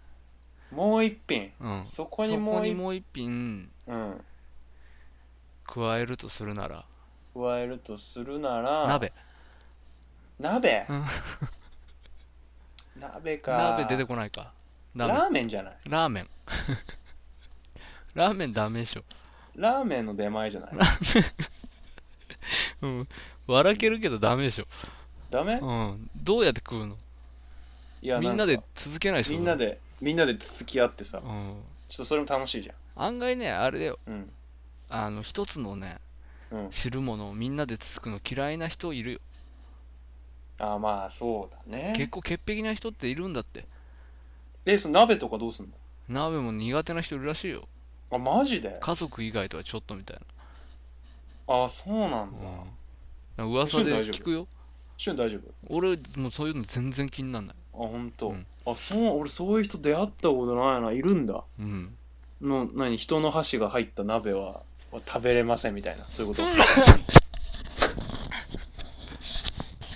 B: もう一品。
C: うん
B: そこにも
C: そうこに
B: 一
C: もう一品
B: うん。
C: 加えるとするなら
B: 加えるとするなら、
C: 鍋、
B: 鍋
C: うん
B: 鍋か。
C: 鍋出てこないかダメ
B: ラーメンじゃない
C: ラーメン ラーメンダメでしょ、
B: ラーメンの出前じゃない
C: うん、笑けるけどダメでしょ、
B: ダメ
C: うん、どうやって食うの
B: いや
C: みん
B: か
C: なで続けないでしょ
B: みんな、でみんなでつつき合ってさ
C: うん、
B: ちょっとそれも楽しいじ
C: 案外ねあれだよ
B: ゃんうん
C: あの一つのね
B: うん
C: 汁物をみんなでつつくの嫌いな人いるよ
B: あーまあそうだ
C: 結
B: ね
C: 構潔癖な人っているんだって
B: えその鍋とかどうすんの
C: 鍋も苦手な人いるらしいよ
B: あマジで
C: 家族以外とはちょっとみたい
B: あーそうなんだ
C: な、うん、噂
B: 一緒に
C: で
B: 大丈夫
C: 聞くよ
B: シュン大丈夫
C: 俺もうそういうの全然気になんない
B: あ本
C: う
B: 当
C: ん。
B: あそう俺そういう人出会ったことないないるんだ
C: うん
B: の何人の箸が入った鍋はは食べれませんみたいなそういうこと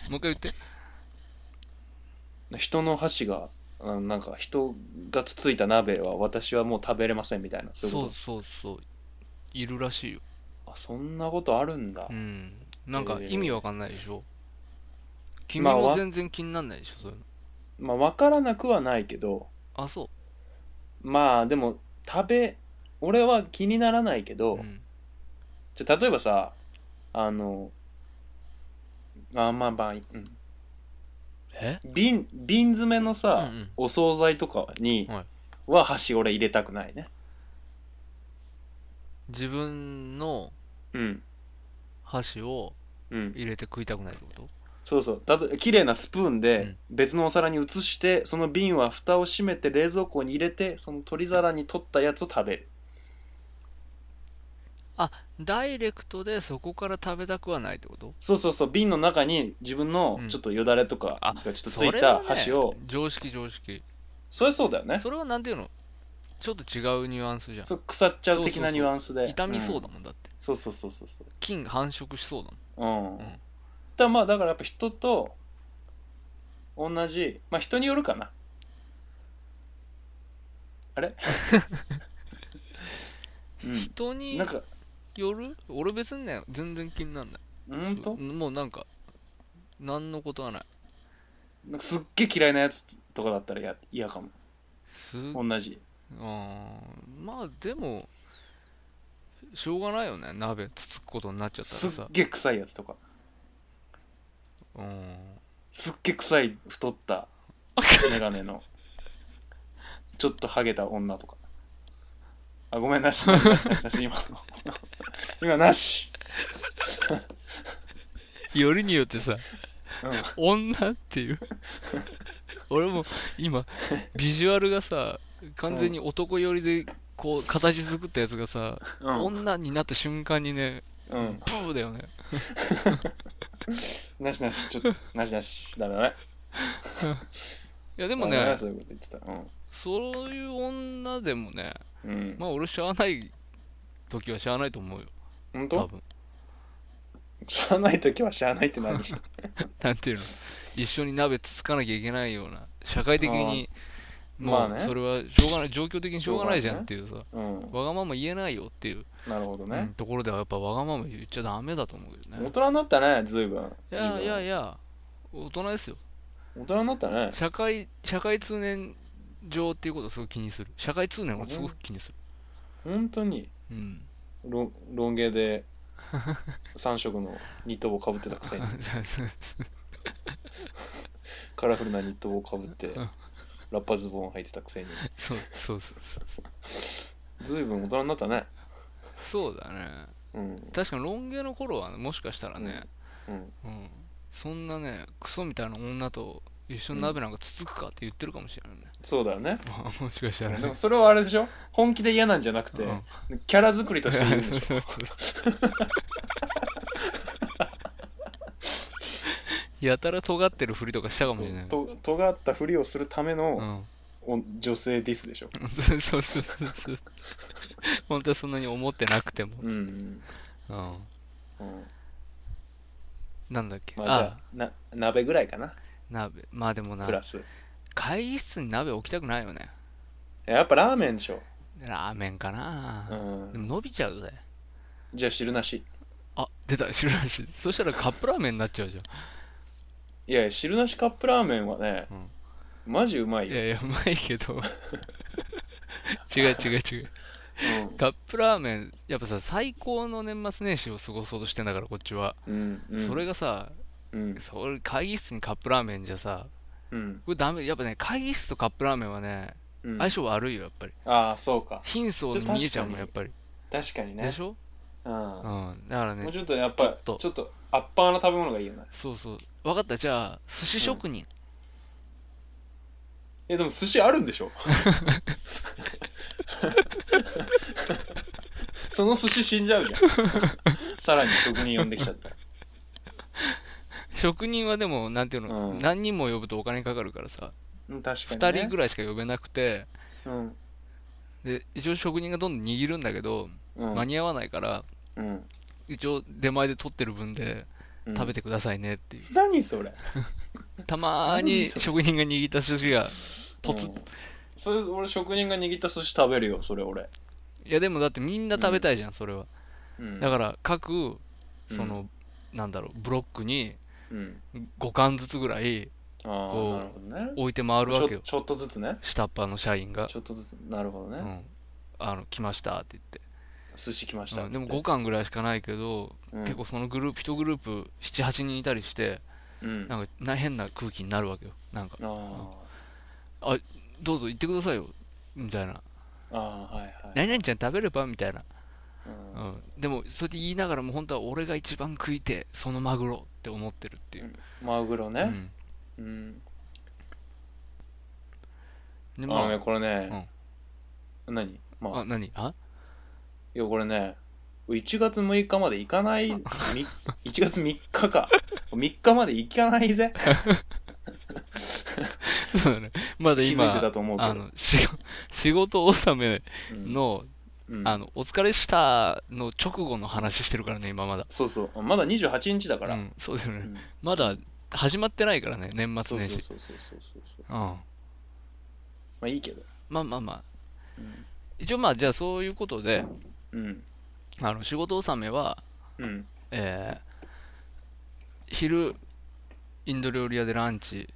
C: もう一回言って
B: 人の箸があなんか人がつついた鍋は私はもう食べれませんみたいなそういう
C: そ
B: こ
C: うそうそういるらしいよ
B: とあそんなことあるんだ
C: うんなんか
B: えー
C: 意味わかんないでしょ、君
B: まあ
C: も
B: わ
C: 全然気になんないでしょそういうの
B: まあ分からなくはないけど
C: あそ
B: まあでも食べ俺は気にならないけ
C: う、
B: ど、
C: うん、
B: じゃ例えばさあのあまあまあ、うん、
C: え
B: 瓶瓶詰めの
C: うん
B: さ、
C: うん
B: お惣菜とかに
C: はい
B: は箸俺入れたくないね
C: 自分の
B: うん
C: 箸を
B: うん
C: 入れて食いたくないってこと
B: そうそうたと綺麗なスプーン
C: う
B: で
C: ん
B: 別のお皿に移してその瓶は蓋を閉めて冷蔵庫に入れてその取り皿に取ったやつを食べる
C: ダイレクトでそこから食べたくはないってこと
B: そうそうそう瓶の中に自分のちょっとよだれとかがちょっとつい
C: それ
B: た
C: はね
B: 箸を
C: 常識常識
B: そりゃそうだよね
C: それはなんていうのちょっと違うニュアンスじゃ
B: そう腐っちゃう的なニュアンスで
C: ん痛みそうだ
B: ん
C: もんだって
B: そうそうそうそうそう
C: 菌繁殖しそうだもん
B: うん、
C: うん
B: だまあだからやっぱ人と同じまあ人によるかなあれ、う
C: 人
B: ん、
C: に
B: なんか
C: よる俺別にね全然気になんない
B: うんと
C: もうなんか何のことはない
B: なんかすっげえ嫌いなやつとかだったらや嫌かも
C: すっ
B: 同じ
C: あーまあでもしょうがないよね鍋つつくことになっちゃった
B: す
C: ら
B: っ
C: さ
B: げえ臭いやつとか
C: うん
B: すっげえ臭い太ったメガネのちょっとハゲた女とかあごめんな しなしなしなしなし今の今なし、
C: よりによってさ、
B: うん、
C: 女っ ていう。俺も今、ビジュアルがさ、完全に男寄りで、こう、形作ったやつがさ、
B: うん
C: 女になった瞬間にね、
B: うん
C: ブーだよね。
B: なしなしちょっとなしなしダメだね
C: いや、で
B: で
C: も
B: な
C: ね、
B: そういうこと言ってたうん
C: そういう女でもね、
B: うん、
C: まあ俺、しゃあない時はしゃあないと思うよ、
B: 本
C: 多
B: 当
C: 分
B: 知らない時は知らないって何
C: なんていうの、一緒に鍋つつかなきゃいけないような、社会的に、
B: あー
C: も
B: まあ
C: う
B: ね
C: それはしょうがない、状況的にしょうがないじゃんっていうさ、
B: うん
C: わがまま言えないよっていう、
B: なるほど
C: う
B: ね
C: ん、ところではやっぱわがまま言っちゃダメだと思うけど
B: 大
C: ね。
B: 人になったね随分
C: いやいやい
B: や
C: や、大人ですよ。
B: 大人になったね
C: 社会、社会通念上っていうことをすごく気にする。社会通念をすごく気にする。
B: 本当に
C: うん。
B: ロロン毛で3色のニット帽かぶってたくせにカラフルなニット帽かぶって
C: うん
B: ラッパズボン履いてたくせに
C: そうそうそう
B: 随分大人になったね
C: そうだね
B: うん
C: 確かにロン毛の頃はねもしかしたらね、
B: うん
C: うんそんなねクソみたいな女と一緒に鍋なんかつつくかって言ってるかもしれないね、
B: そうだよね
C: ま あもしかした
B: で
C: らね
B: もそれはあれでしょ本気で嫌なんじゃなくて
C: うん
B: キャラ作りとして言うんでし
C: そうそう
B: ょ
C: そうやたら尖ってるふりとかしたかもしれないね
B: と尖ったふりをするため
C: う
B: の
C: ん
B: お女性ディスでしょ
C: そうそうそうそう本当はそんなに思ってなくても、
B: うん
C: うん、
B: うん
C: なんだっけ、
B: まあじゃあ
C: あ
B: な鍋ぐらいかな
C: 鍋まあでもな
B: プラス
C: 会議室に鍋置きたくないよね
B: やっぱラーメンでしょ
C: ラーメンかな、
B: うん
C: でも伸びちゃうぜ
B: じゃあ汁なし
C: あ出た知らないしそしたらカップラーメンになっちゃうじゃん、
B: いやいや汁なしカップラーメンはねマジうまい
C: い
B: よ
C: やいやうまいけ ど違う違う違う
B: うん
C: カップラーメンやっぱさ最高の年末年始を過ごそうとしてんだからこっちは、
B: うんうん
C: それがさ
B: うん
C: それ会議室にカップラーメンじゃさ
B: うん
C: これダメやっぱね会議室とカップラーメンはね
B: うん
C: 相性悪いよやっぱり
B: ああそうか
C: 貧相に見えちゃうもん
B: ち
C: や
B: ょ
C: っぱり
B: 確かにね
C: でしょ、
B: うん
C: う
B: も
C: ん、だからね
B: うちょっとやっぱ
C: ちょっと
B: ちょっとアッパーな食べ物がいいよね
C: そうそう分かったじゃあ寿司職人、
B: えでも寿司あるんで しょその寿司死んじゃう じゃんさらに職人呼んできちゃったら
C: 職人はでもなんていうの、
B: うん
C: 何人も呼ぶとお金かかるからさ
B: うん確かに
C: 2人ぐ
B: らい
C: らいしか呼べなくて
B: うん
C: で一応職人がどんどん握るんだけど、
B: うん
C: 間に合わないから
B: うん
C: 一応出前で取ってる分で
B: うん
C: 食べてくださいねっていう、
B: 何それ
C: たまーに
B: 何それ
C: 職人が握った寿司がポツッ、
B: うんそれ俺職人が握った寿司食べるよそれ俺、
C: いやでもだってみんな食べたいじゃんそれは
B: うん、
C: だから各
B: うん
C: その、なんだろうブロックに
B: うん
C: 5巻ずつぐらい
B: ああ
C: こう
B: なるほどね
C: 置いて回るわけよ
B: ちょちょっとずつね
C: 下っ端の社員が
B: ちょっとずつなるほど
C: 「う
B: ね、
C: ん、あの来ました」って言って
B: 寿司来ましたっつっ
C: うん
B: て、
C: でも5巻ぐらいしかないけど、
B: うん
C: 結構そのグループ1グループ78人いたりして
B: うん
C: なんかな変な空気になるわけよなんか
B: あ
C: 「どうぞ行ってくださいよ」みたいな
B: あああはい
C: 「
B: はい、
C: 何々ちゃん食べれば?」みたいな、
B: うん
C: うん、でもそうやって言いながらも本当は俺が一番食いてえそのマグロって思ってるっていう、
B: マグロ
C: う
B: ね、
C: ん、
B: うん
C: で
B: あの
C: ま
B: ね
C: あ
B: これね、何まあ
C: あ何 あ
B: いやこれね1月6日まで行かないみ1月3日か3日 まで行かないぜ
C: そうだねまだ
B: 気づい
C: 今
B: てたと思うけど
C: あの仕仕事 納め
B: うん
C: の,、
B: うん
C: あの「お疲れした」の直後の話してるからね今まだ
B: そうそうまだ28日だから、
C: うん、そうだよね、
B: うん
C: まだ始まってないからね年
B: そ
C: 末
B: うそう
C: 年
B: そう
C: 始
B: そうそうそうそう
C: うんま
B: まあいいけど
C: あまあまあ
B: うん
C: 一応まあじゃあそういうことで
B: うん
C: あの仕事納めは
B: うん
C: えー昼インド料理屋でランチ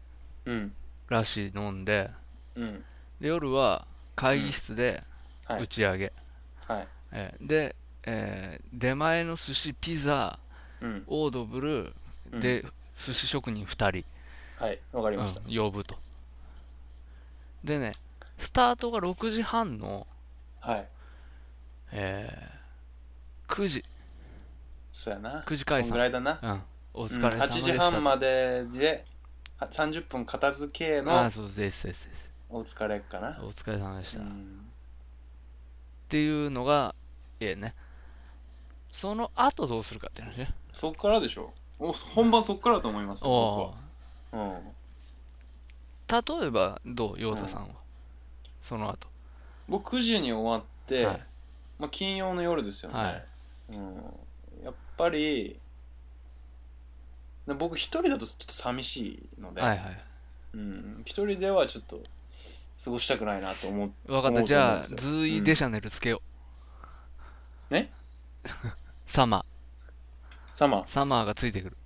B: うん
C: ラシ飲んで
B: うん
C: で夜は会議室で
B: はい、
C: 打ち上げ、
B: はい
C: えーで、えー出前の寿司ピザ
B: うん
C: オードブル
B: うん
C: で寿司職人2人、
B: はい、わかりました。
C: うん、呼ぶと。でね、スタートが6時半の、
B: はい。
C: えー9時、
B: そうやな。
C: 9時
B: こ
C: 解
B: んぐ
C: 散。
B: らいだな。
C: うん、お
B: う
C: 疲
B: ん
C: れ様でした。
B: 8時半までで、は30分片付け
C: あ
B: の
C: あ、そうです、です、です。
B: お疲れかな。
C: お疲れ様でし
B: う
C: た。っ
B: ん
C: ていうのが、ええね。その後どうするかって話ね。
B: そっからでしょ。お本番そっからだと思います
C: お
B: よ、僕は。うん
C: ー例えば、どう、陽太さんは。その後。
B: 僕9時に終わって、
C: はい
B: まあ、金曜の夜ですよね、
C: はい
B: うん、やっぱりな僕一人だとちょっと寂しいので、
C: はいはい。
B: うん、一人ではちょっと過ごしたくないなと思う
C: わかっ
B: 思うと思うんですよ
C: た。じゃあ、ズ
B: う
C: ーイ・
B: ん
C: デシャネルつけよう。
B: え
C: サマ
B: サマー
C: ー。サマーがついてくる。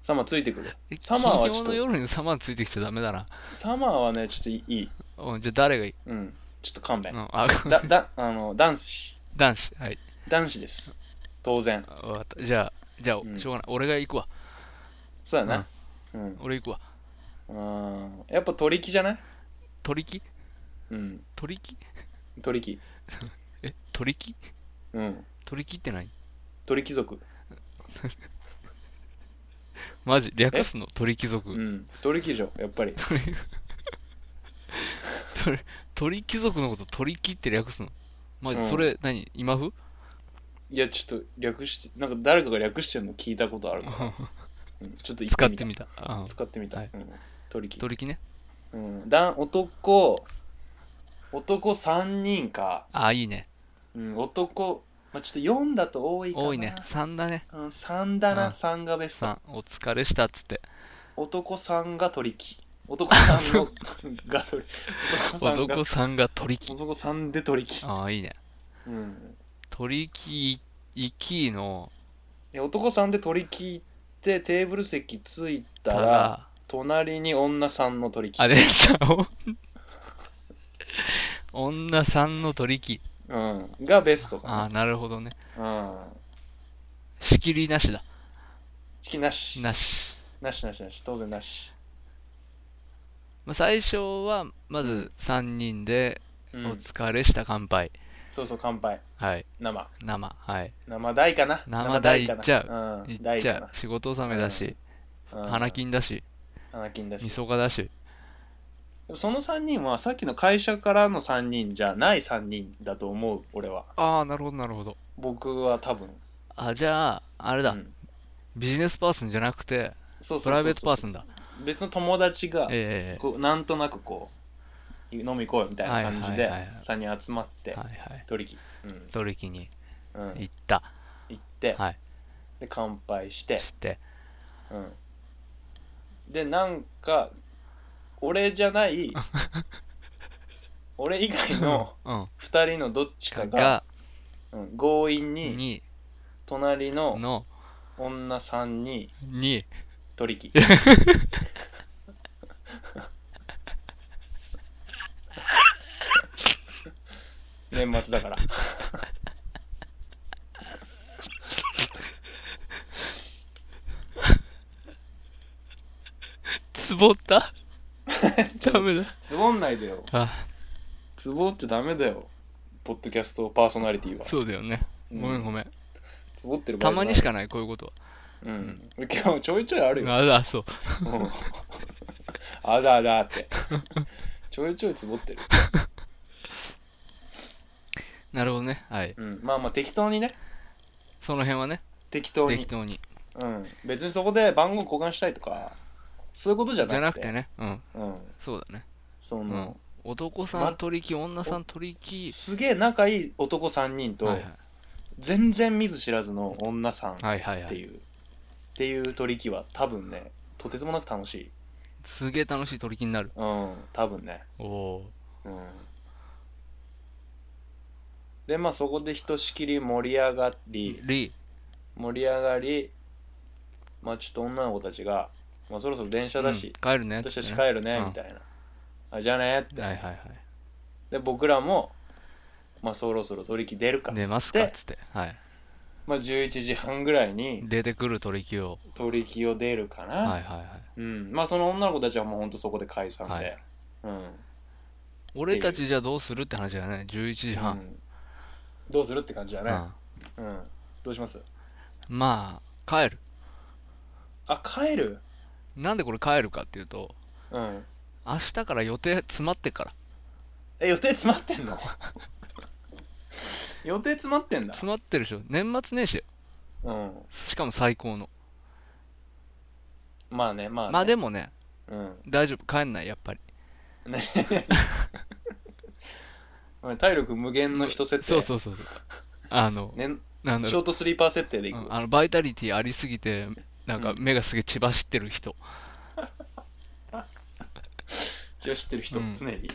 B: サマーついてくる
C: え
B: サマーはちょっと
C: 金曜の夜にサマーついてきちゃダメだな。
B: サマーはねちょっといい、
C: うんじゃあ誰がいい
B: うん、ちょっと勘
C: う
B: 弁、
C: んあ、
B: だだあの男子
C: 男子。はい。
B: 男子です当然
C: わかった。じゃあ、じゃあ、
B: うん
C: しょうがない。俺が行くわ。
B: そうやな、うん
C: 俺行くわ。
B: うん、やっぱ取り木じゃない、
C: 取り木
B: うん、
C: 取り木
B: 取り木、
C: え取り木
B: うん、
C: 取り木って何
B: 取り貴族、
C: マジ略すの鳥貴族、
B: うん、取り貴女やっぱり
C: 鳥鳥鳥貴族のこと鳥貴って略すのマジ、
B: うん
C: それ何今風
B: いや、ちょっと略して、なんか誰かが略してるの聞いたことあるから、うんちょっと
C: 使ってみ
B: た。
C: たあ
B: 使ってみた。
C: はい
B: うん、取り木。
C: 鳥貴ね
B: うん、だ男、男3人か、
C: あいいね
B: うん、男、まあ、ちょっと4だと多いかな。
C: 多いね3だね
B: うん、3だ
C: うん
B: な、3がベスト。
C: 3お疲れしたっつって
B: 男3が取り木。男3の が取り木。男3
C: 男
B: が。
C: さんが鳥貴
B: 男3で取り木。
C: あいいね
B: うん。
C: 鳥貴行きの
B: いや男3で取り木行って、テーブル席ついた
C: た
B: ら、
C: ら
B: 隣に女3の取り木。
C: あれさお女さんの鳥貴
B: うん、がベストか
C: あ
B: な
C: あ。なるほどね
B: うん。
C: 仕切りなしだ
B: 引きなし。
C: なし
B: なしなしなし。当然なし。
C: まあ、最初はまず3人で
B: う
C: 「お
B: ん。
C: 疲れした乾杯
B: そうそう、乾杯。」
C: はい
B: 生。
C: 生はい
B: 生大かな。
C: 生大いっちゃう
B: う
C: い
B: ん。
C: っ
B: 大
C: ち
B: か
C: ゃう仕事納めだし、
B: な。
C: 花金だし
B: うん。花金だ
C: み
B: し。
C: そかだし
B: その3人はさっきの会社からの3人じゃない3人だと思う、俺は。
C: ああなるほどなるほど
B: 僕は多分。
C: あじゃああれだ、
B: うん
C: ビジネスパーソンじゃなくて
B: そうそうそうそう。
C: プライベートパーソンだ
B: 別の友達が、
C: ええ
B: こうなんとなくこう、飲み行こうよみたいな感じで
C: はいはいはいはい、
B: 3人集まって、
C: はいはい
B: 取り木。うん。
C: 取引に
B: うん
C: 行った、
B: 行って、
C: はい
B: で、乾杯して、
C: して
B: うん、でなんか俺じゃない 俺以外の
C: うん
B: 2人のどっちかが、
C: が
B: うん、強引に
C: に
B: 隣の
C: の
B: 女さんに
C: に
B: 取 り引き年末だから
C: つぼった ダメだ
B: つぼんないでよ
C: あ
B: つぼってダメだよポッドキャストパーソナリティは
C: そうだよね
B: うん
C: ごめんごめん、
B: つぼってる場合じ
C: た
B: ゃ
C: ま
B: ない
C: にしかないこういうことは
B: うん今日ちょいちょいあるよ
C: ああそう
B: うんあだあだって。ちょいちょいつぼってる。
C: なるほどねはい
B: うん。まあまあ適当にね。
C: その辺はね
B: 適当に。
C: 適当に
B: うん。別にそこで番号交換したいとか、そういうことじゃなくて。
C: じゃなくてねうん
B: うん。
C: そうだね
B: その、
C: 男さ
B: ま
C: ん取り木女さん取り木
B: すげえ仲いい男3人と、
C: はい
B: 全然見ず知らずの女さんっ
C: はいはいはいは
B: て
C: い
B: いう、っていう取り引きは多分ね、とてつもなく楽しい。
C: すげえ楽しい取り木になる
B: うん。多分ね。
C: おお
B: うん。で、まあそこでひとしきり盛り上がり、
C: ーリ
B: 盛り上がり、まあ、ちょっと女の子たちが、まあ、そろそろ電車
C: ー
B: だし、
C: うん帰るね
B: 私たち帰るね、
C: うん
B: みたいな。あじゃあねって。
C: はいはいはい
B: で、僕らも、まあ、そろそろ取り引き出るかっつって
C: 出ますかっつってはい
B: まあ、11時半ぐらいに
C: 出てくる取引を。
B: 取引を出るかな、
C: はいはいはい。
B: うんまあ、その女の子たちはもう本当そこで解散で、
C: はい
B: うん
C: 俺たちじゃどうするって話だよね。11時
B: う
C: 半。
B: んどうするって感じだ
C: う
B: ね、
C: ん。
B: うんどうします
C: まあ、帰る。
B: あ帰る
C: なんでこれ帰るかっていうと、
B: うん
C: 明日から予定詰まってっから。
B: え予定詰まって んの予定詰まってんだ
C: 詰まってるでしょ。年末年始よ
B: うん
C: しかも最高の。
B: まあねまあね
C: まあでもね、
B: うん
C: 大丈夫。帰んない、やっぱり。
B: ね お前体力無限の人設定
C: そうそうそうそう。あの、
B: ね、
C: なんだ
B: ショ
C: ろ
B: ートスリーパー設定で
C: う
B: いく、
C: うんあの、バイタリティありすぎて、なんか
B: うん
C: 目がすげえ血走ってる人。
B: 一応知ってる人、
C: うん
B: 常に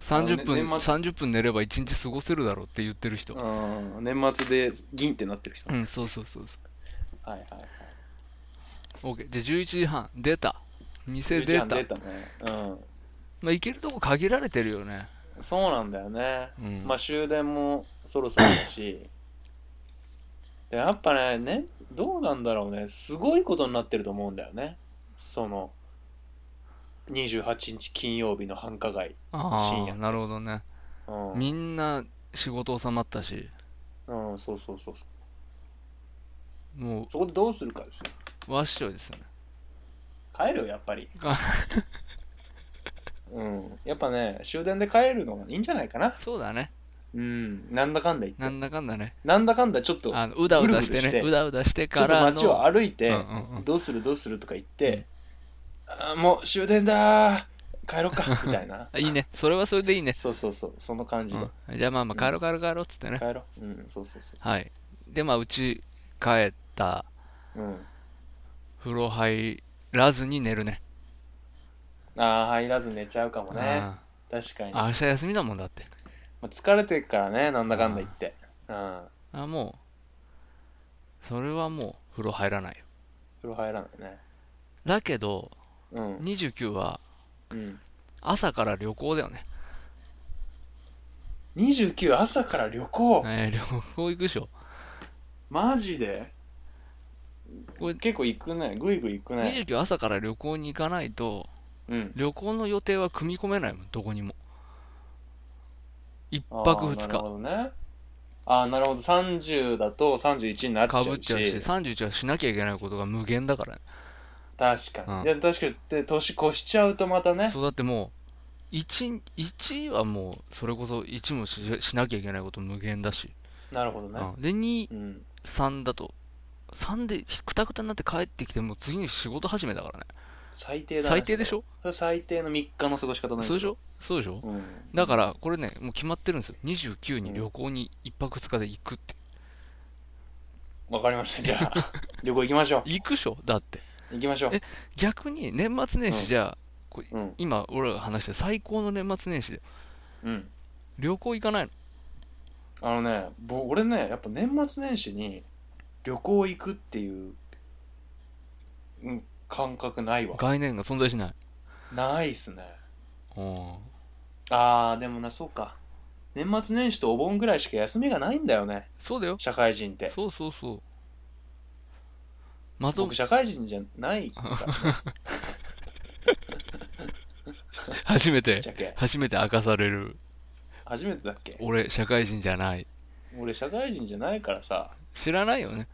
C: 30分、
B: 年末
C: 30分寝れば1日過ごせるだろうって言ってる人。
B: うん年末で銀ってなってる人、
C: うん、そうそうそうそ
B: はいはいはい。
C: う。OK。じゃあ11時半、出た。店
B: ゆうち
C: 出
B: ゃ
C: た。
B: ん出たね。う
C: まあ、行けるとこ限られてるよね。
B: ん。そうなんだよね。
C: うん。
B: まあ終電もそろそろだし。で、やっぱねね、どうなんだろうね。すごいことになってると思うんだよね。その、28日金曜日の繁華街。
C: あー
B: 深夜
C: なるほどね。
B: うん。
C: みんな仕事収まったし、
B: うん、そうそうそうそう。
C: もう
B: そこでどうするかですよ。
C: 和っしょいですよね。
B: 帰るよ、やっぱり。
C: あ
B: うん。やっぱね、終電で帰るのがいいんじゃないかな。
C: そうだね。
B: うん。なんだかんだ言
C: な
B: って。
C: んだかんだね。
B: なんだかんだちょっと、
C: あのうだうだして
B: ぐるぐる
C: ね。
B: して
C: うだうだして
B: ちょ
C: か
B: っと
C: らの。
B: 街を歩いうて、
C: んうんうん
B: どうするどうするとか言って、あーもう終電だー帰ろっ かみたいな
C: あいいね。それはそれでいいね。
B: そうそうそうその感じで、
C: うんじゃあまあまあ帰ろう帰ろう帰ろうっつってね。
B: 帰ろううんそうそうそうそう
C: はい。で、まあうち帰った。
B: うん、
C: 風呂入らずに寝るね。
B: ああ入らず寝ちゃうかも
C: うん
B: ね確かに、ま
C: 明日休みだもんだって。
B: あ、疲れてるからねなんだかんだ言ってうん
C: あ、もう、それはもう風呂入らないよ。
B: 風呂入らないね
C: だけど、
B: うん、
C: 29は
B: うん、
C: 朝から旅行だよね。
B: 29朝から旅行、
C: えー旅行行くでしょ。
B: マジで
C: これ
B: 結構行くねぐいぐい行くね
C: 29朝から旅行に行かないと、
B: うん
C: 旅行の予定は組み込めないもん、どこにも。1
B: あー
C: 泊2
B: なるほ
C: 日
B: どねああなるほど30だと31になっちゃ
C: か
B: うし
C: ぶっちゃうし、31はしなきゃいけないことが無限だからね。
B: 確かに、
C: うん
B: いや確かにで年越しちゃうとまたね
C: そうだってもう、1、1はもう、それこそ1もししなきゃいけないこと無限だし。
B: なるほどね
C: うんで、2、
B: うん
C: 3だと、3でくたくたになって帰ってきて、もう次に仕事始めだからね。
B: 最低だね
C: 最低でしょ
B: それ最低の3日の過ごし方なん
C: そうでしょそうでしょ
B: うん
C: だから、これね、もう決まってるんですよ。29に旅行に1泊2日で行くって。
B: わかりましたじゃ あ旅行行きましょ
C: 行くでしょだって。
B: う行きましょう
C: え逆に年末年
B: うん
C: 始じゃあ、こう
B: うん
C: 今俺らが話してる最高の年末年始で
B: うん
C: 旅行行かないの
B: あのねぼ俺ねやっぱ年末年始に旅行行くっていう、うん、感覚ないわ
C: 概念が存在しない
B: ないっすね
C: うん
B: あーでもなそうか年末年始とお盆ぐらいしか休みがないんだよね
C: そうだよ
B: 社会人って
C: そうそうそうまと
B: 僕社会人じゃない からね
C: 初めて
B: じゃけ
C: 初めて明かされる
B: 初めてだっけ
C: 俺社会人じゃない
B: 俺社会人じゃないからさ
C: 知らないよね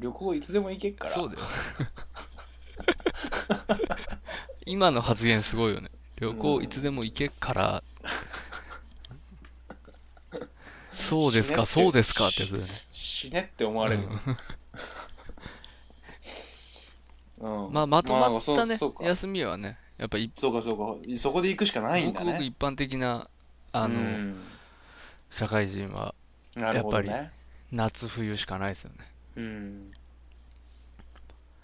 B: 旅行いつでも行けっから
C: そうだよ 今の発言すごいよね旅行いつでも行けっから、そうですか
B: 死ね
C: そうですかってやつだよね
B: 死ねって思われる、うん
C: まあ、まとまっ
B: そ
C: たね、
B: そうか
C: 休みはね、やっぱい
B: そうかそうかそこで行くしかないん
C: ご
B: だ
C: くごく
B: ね
C: 一般的なあの、
B: うん
C: 社会人は
B: なるほど
C: や
B: ね
C: 夏冬しかないですよね。
B: うん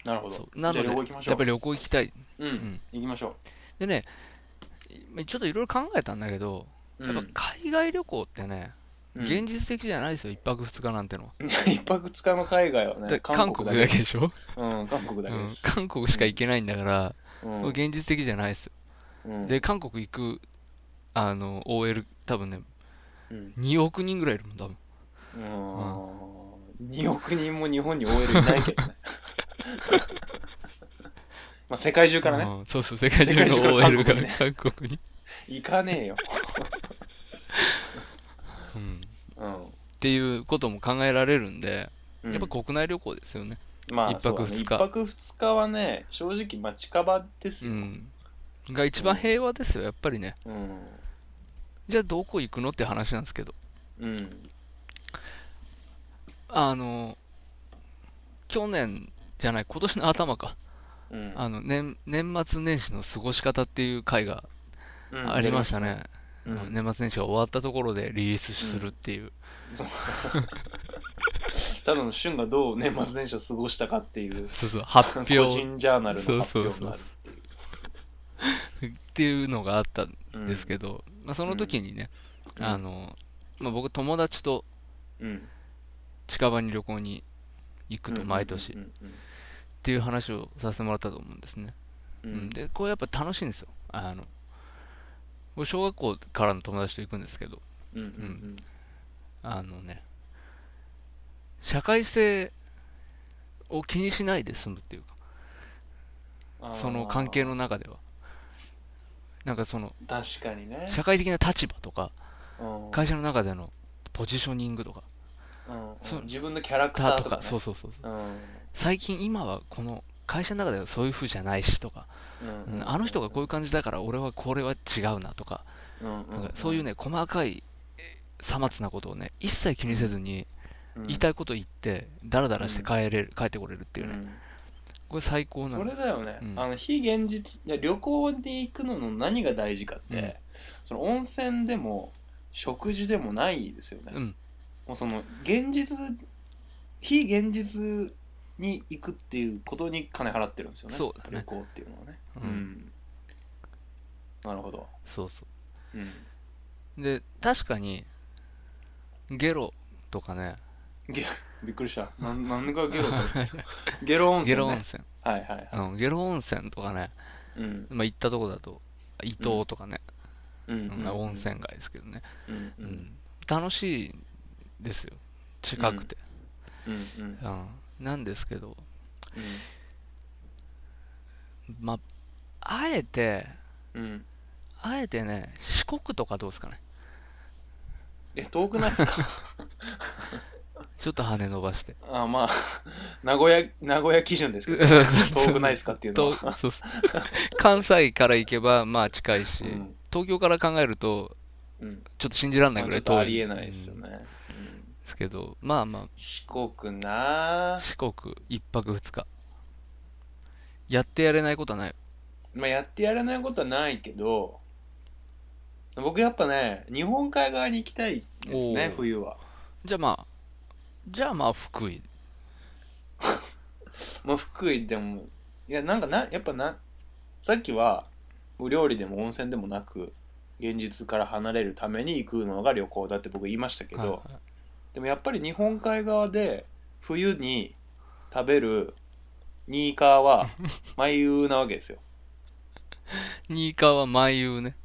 B: なるほ
C: そ
B: ど
C: うなの
B: じ
C: で、
B: ゃあ旅行行きましょう
C: やっぱり旅行行きたい。
B: うん、
C: ん
B: 行きましょ
C: でね、いちょっといろいろ考えたんだけど、
B: う、
C: やっぱ海外旅行ってね、
B: うん
C: 現実的じゃないですよ、一泊二日なんてのは。
B: うん 一泊二日の海外はね
C: で
B: 韓
C: 韓
B: 国
C: 国
B: だ
C: だ
B: け
C: けでしょ、
B: うん韓国だけ
C: う
B: で
C: ん
B: す、
C: 韓国しか行けないんだから、
B: うん
C: これ現実的じゃないですよ。
B: うん
C: で、韓国行くあの OL、多分ね、
B: うん
C: 2億人ぐらいいるもん、多分。
B: うん2億人も日本に OL いないけど ね。まあ世界中からね、
C: うんそうそう、世界
B: 世
C: 中
B: 界中
C: の
B: から
C: OL が
B: 韓国にね
C: 韓国に。
B: 行かねえよ。
C: うん。
B: うん。
C: っていうことも考えられるんで、
B: うん
C: やっぱ国内旅行ですよね。
B: まあ、
C: 一泊
B: そうだね
C: 二
B: 一
C: 日
B: 泊二日はね、正直、まあ近場です
C: う
B: よ。
C: ん。が一番平和ですよ、やっぱりね。
B: うん。
C: じゃあどこ行くのって話なんですけど。
B: うん。
C: あの、去年じゃない、今年の頭か。
B: うん。
C: あの、年、年末年始の過ごし方っていう回が
B: うん
C: ありましたね。。
B: うん
C: うん年末年始が終わったところでリリースするっていう。
B: そうただの旬がどう年末年始を過ごしたかって いう、
C: そうそう、発
B: 個
C: 表っ
B: 人ジャーナルの発表になるっていう。
C: ていうのがあったん
B: うん
C: ですけど、まあその時にね、
B: うん
C: あの、まあ僕友達と
B: うん。
C: 近場に旅行に行くと毎年っ
B: うんうん
C: ていう話をさせてもらったと思うんですね。
B: うんう
C: うんん、で、これやっぱ楽しいんですよ。あの、僕小学校からの友達と行くんですけど、
B: うんうん
C: あのね、社会性を気にしないで済むっていうか、
B: うん
C: その関係の中では。なんかその、
B: あー確かにね
C: 社会的な立場とか、
B: うん
C: 会社の中でのポジショニングとか、
B: うん
C: そう
B: 自分のキャラクター
C: だ
B: と
C: と
B: か
C: か、
B: ね
C: そうそうそう。
B: うん
C: 最近今はこの会社の中ではそういう風じゃないしとか、
B: うん
C: うんあの人がこういう感じだから俺はこれは違うなとか、
B: うん
C: なんかそういうね、細かい、えさまつなことをね、一切気にせずに、言いた
B: いっ
C: いこと言って、ダラダラして帰れる、帰ってこれるっ
B: て
C: ていうね、これ最高な
B: そ
C: の
B: れだよね、
C: うん
B: あの非現実いや旅行に行くのの何が大事かって、
C: うん
B: その温泉でも食事でもないですよね、
C: うん、
B: もうその現実非現実に行くっていうことに金払ってるんですよね
C: そうだね
B: 旅行っていうのはね
C: うん
B: うんなるほど
C: そうそ
B: うん
C: う。で、確かに、ゲロとかね、
B: びっくりした。 なん、なんかゲロだゲロ温
C: ゲ
B: 泉、ね。
C: ロ温泉、
B: はいはいはい。
C: うん、ゲロ温泉とかね、
B: うん。
C: まあ、行ったとこだと、伊東とかね、
B: うん
C: うん温。泉街ですけどね、
B: うん。う。
C: うんん、楽しいですよ、近くて、
B: うん。うん。
C: うんなんですけど、まあ、あえて、
B: うん。うん。
C: あえてね、四国とかどうですかね、
B: え、遠くないです か
C: ちょっと羽伸ばして。
B: あ、まあ、名古屋、名古屋基準ですけど、 遠くないですかっていうの
C: と
B: は。
C: そうそう関西から行けばまあ近いし、
B: うん
C: 東京から考えると
B: うん。
C: ちょっと信じられな
B: ま
C: い
B: あ
C: ぐ
B: ち
C: ら
B: ょっと
C: い遠い
B: ありえないですよ
C: うん
B: ね。うん
C: ですけどまあま
B: 四国なぁ
C: あ四国一泊二日やってやれないことはない
B: まあやってやらないことはないけど、僕やっぱね、日本海側に行きたいですね
C: おー、
B: 冬は。
C: じゃあまあじゃあまあ福井
B: まあ、福井でもいやなんかなやっぱなさっきは料理でも温泉でもなく現実から離れるために行くのが旅行だって僕言いましたけど、
C: はいはい
B: でもやっぱり日本海側で冬に食べるニーカー は眉優なわけですよ、
C: 新川は舞遊ね、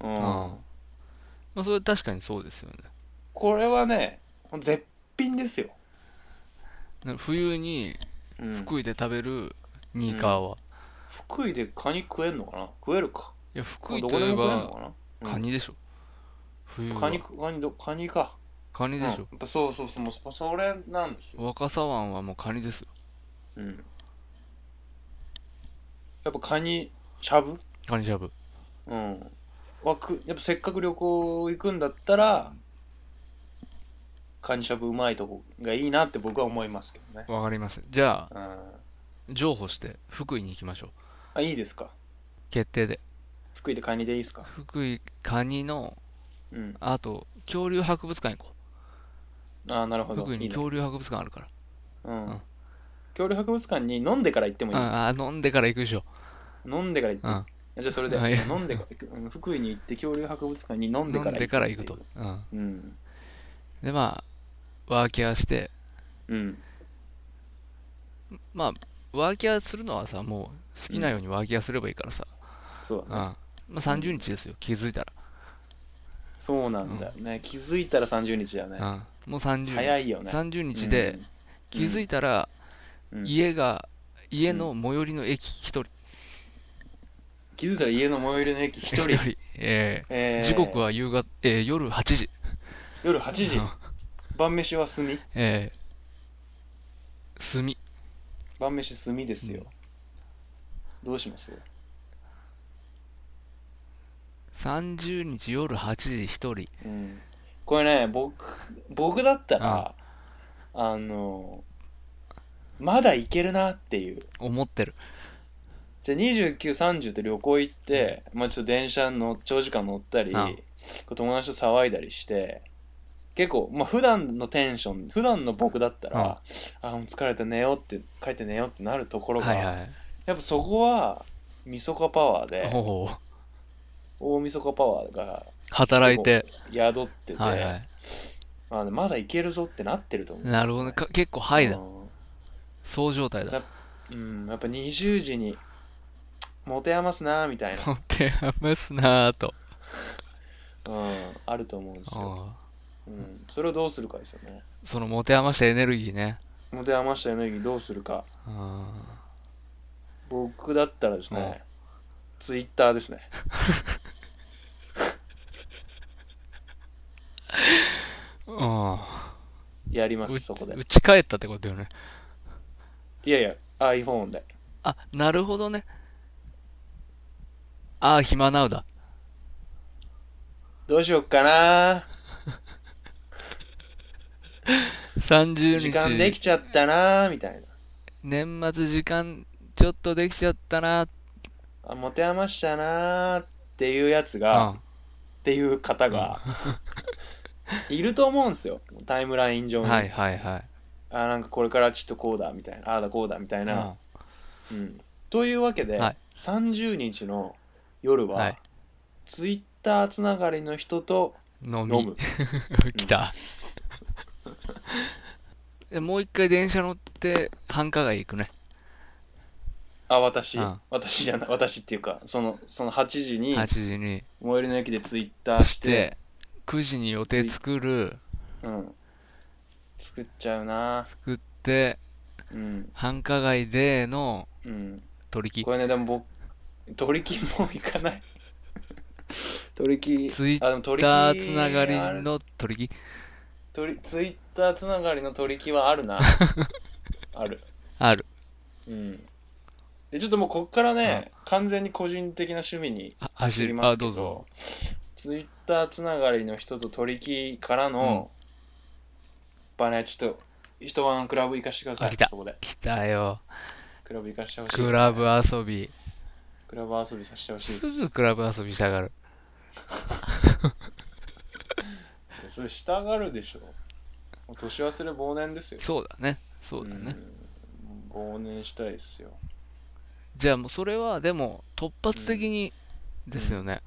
B: うん
C: ああまあ、それ確かにそうですよね
B: これはね絶品ですよ、
C: な冬に
B: うん
C: 福井で食べる新川は、い
B: 福井でカニ食えんのかな食えるか
C: や福井
B: ど
C: と
B: こ
C: い
B: で
C: え
B: も食えんの
C: ば
B: かな
C: カニでしょ冬は
B: カニカニどカニか
C: カニ
B: うん
C: で
B: や
C: しょ
B: っ、ぱそうそうそうもうそれなんですよ
C: 若狭湾はもうカニですよ
B: うんやっぱカニしゃぶ
C: カニジャブ
B: うんはくやっぱせっかく旅行行くんだったらカニしゃぶうまいとこがいいなって僕は思いますけどね、
C: わかります。じゃあ、
B: うん、
C: 譲歩して福井に行きましょう。
B: あいいですか
C: 決定で。
B: 福井でカニでいいですか
C: 福井、カニの、
B: うん
C: あと、恐竜博物館行こ
B: ああなるほ
C: う。
B: ど
C: 福井
B: い
C: に
B: いね
C: 恐竜博物館あるから。
B: うん
C: ん
B: 恐竜博物館に飲んでから行ってもいい、
C: ああ、飲んでから行くでしょ。
B: 飲んでから行って
C: う
B: いい
C: ん。
B: じゃあそれで、
C: はい
B: 飲んでかうん福井に行って恐竜博物館に飲んで
C: 飲
B: から
C: んでから行く
B: ってい
C: と。うん。
B: ううん
C: で、まあ、ワーキャーして、
B: うん
C: まあ、ワーキャーするのはさ、もう好きなようにワーキャーすればいいからさ。
B: そう
C: うん。
B: だね
C: まあ、30日ですよ。気づいたら。
B: そうなんだよね、気づいたら30日だね、
C: うん。もう30日。
B: 早いよね
C: 30日で、気づいたら、
B: うん
C: 家が、家の最寄りの駅一人。
B: 気づいたら家の最寄 りの駅一人。
C: 人。ええ
B: えー
C: 時刻は夕方、えー夜8時。
B: 夜8時
C: うん。
B: 晩飯は炭
C: えー、炭。
B: 晩飯炭ですよ。どうします
C: 30日夜8時一人。
B: うん。これね、僕、僕だったら、あの、まだいけるなっていう。
C: 思ってる。
B: じゃあ29、30と旅行行って、まあちょっと電車の長時間乗ったり、
C: うん
B: こう友達と騒いだりして、結構、まあ普段のテンション、普段の僕だったら、あ、もう疲れた寝ようって、帰って寝ようってなるところが、
C: はいはい。
B: やっぱそこは、みそかパワー
C: ほう
B: で、
C: ほう
B: 大みそかパワーが
C: 働いて。
B: 宿ってて、
C: はいはい。
B: あのまだいけるぞってなってると思う、
C: なるほどね。か結構ハイだ。
B: う
C: そう状態
B: ん
C: だ。
B: さうん、やっぱ20時に、持て余すなーみたい
C: 持って余すなぁと。
B: な、うん、あると思うんですよ。
C: うん
B: うん、それをどうするかですよね。
C: その持て余したエネルギーね。
B: 持て余したエネルギーどうするか。
C: うん
B: 僕だったらですね、ツイッターですね。
C: うん。
B: やりま
C: う
B: す、そこで
C: 打。ち返ったってことよね。
B: いやいや、iPhone で。
C: あ、なるほどね。ああ、暇なうだ。
B: どうしよっかな
C: 30
B: ー。時
C: 日。
B: 間できちゃったなー、みたいな。
C: 年末時間ちょっとできちゃったな。
B: あ、持て余したなーっていうやつが、
C: あ
B: っていう方が、いると思うんですよ。タイムライン上に。
C: はいはいはい。
B: あ、なんかこれからちょっとこうだ、みたいな。ああだこうだ、みたいな。うん。というわけで、
C: はい
B: 30日の夜は、
C: はい
B: ツイッターつながりの人と
C: うん飲み。
B: 飲む。
C: 来た。 でもう一回電車乗って繁華街行くね。
B: あ、私、
C: うん
B: 私じゃない、私っていうか、その、その8時に、
C: 8
B: 最
C: 時に。
B: 寄りの駅でツイッターして、
C: で、9時に予定作る。
B: うん。作っちゃうな
C: 作って、
B: うん。
C: 繁華街での
B: うん。
C: 取り
B: これね、でも僕、取り木も行かない。 取り木、
C: ツイッ
B: あ、でも取り木
C: ターつながり
B: あれ
C: の取り木
B: 取りツイッターつながりの取り木はあるな。 ある。
C: ある。
B: うん。で、ちょっともうこっからね、完全に個人的な趣味に
C: あ
B: 走
C: 走
B: り
C: る。
B: ま
C: あ、
B: すけど、
C: どうぞ。
B: ツイッターつながりの人と取り木からの、やっぱね、ちょっと、一晩クラブ行かしてくださ
C: あ
B: い
C: 来、た
B: そこで。
C: 来たよ。
B: クラブ行かしてほしいですね、
C: クラブ遊び。
B: クラブ遊びさせてほしいです
C: ぐクラブ遊びしたがる。
B: す。それ、したがるでしょ。もう年忘れ忘年ですよ。
C: そうだね。そうだね。
B: うん。忘年したいですよ。
C: じゃあもうそれはでも突発的にですよね。